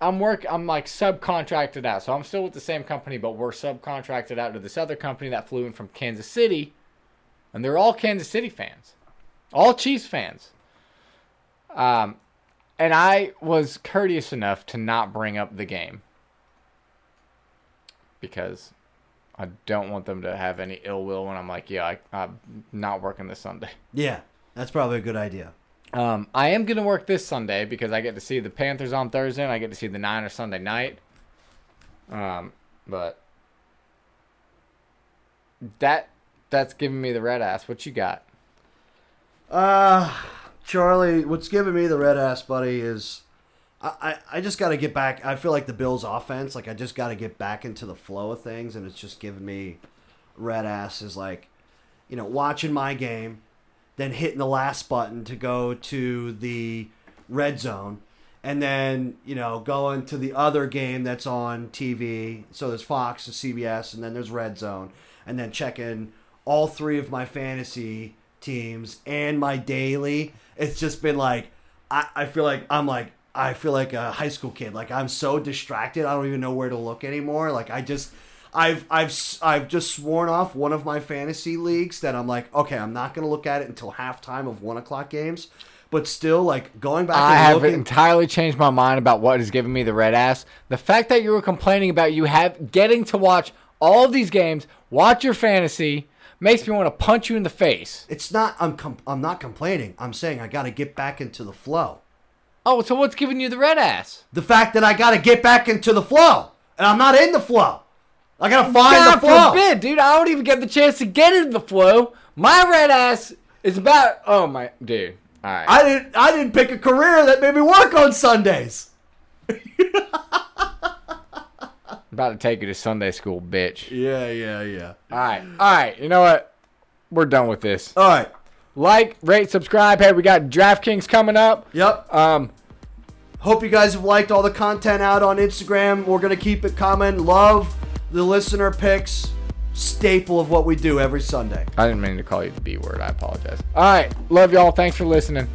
Speaker 2: I'm work, I'm like subcontracted out, so I'm still with the same company, but we're subcontracted out to this other company that flew in from Kansas City, and they're all Kansas City fans, all Chiefs fans. Um, and I was courteous enough to not bring up the game because I don't want them to have any ill will when I'm like, yeah, I, I'm not working this Sunday.
Speaker 1: Yeah. That's probably a good idea.
Speaker 2: Um, I am going to work this Sunday because I get to see the Panthers on Thursday and I get to see the Niners Sunday night. Um, but that that's giving me the red ass. What you got?
Speaker 1: Uh, Charlie, what's giving me the red ass, buddy, is I, I, I just got to get back. I feel like the Bills' offense, like, I just got to get back into the flow of things, and it's just giving me red ass is like, you know, watching my game, then hitting the last button to go to the red zone, and then, you know, going to the other game that's on TV. So there's Fox and CBS, and then there's red zone, and then checking all three of my fantasy teams and my daily. It's just been like, I, I feel like I'm like, I feel like a high school kid. Like I'm so distracted, I don't even know where to look anymore. Like I just, I've I've s- I've just sworn off one of my fantasy leagues that I'm like, okay, I'm not gonna look at it until halftime of one o'clock games. But still, like going back,
Speaker 2: I
Speaker 1: and
Speaker 2: have
Speaker 1: looking,
Speaker 2: entirely changed my mind about what has given me the red ass. The fact that you were complaining about you have getting to watch all of these games, watch your fantasy, makes me want to punch you in the face.
Speaker 1: It's not. I'm. Com- I'm not complaining. I'm saying I got to get back into the flow.
Speaker 2: Oh, so what's giving you the red ass?
Speaker 1: The fact that I got to get back into the flow, and I'm not in the flow. I got to find
Speaker 2: God
Speaker 1: the flow.
Speaker 2: forbid, dude! I don't even get the chance to get in the flow. My red ass is about. Oh my, dude! All right.
Speaker 1: I didn't. I didn't pick a career that made me work on Sundays.
Speaker 2: About to take you to Sunday school, bitch.
Speaker 1: Yeah, yeah, yeah.
Speaker 2: All right, all right. You know what? We're done with this.
Speaker 1: All right.
Speaker 2: Like, rate, subscribe. Hey, we got DraftKings coming up.
Speaker 1: Yep.
Speaker 2: Um,
Speaker 1: Hope you guys have liked all the content out on Instagram. We're gonna keep it coming. Love the listener picks. Staple of what we do every Sunday.
Speaker 2: I didn't mean to call you the B word. I apologize. All right, love y'all. Thanks for listening.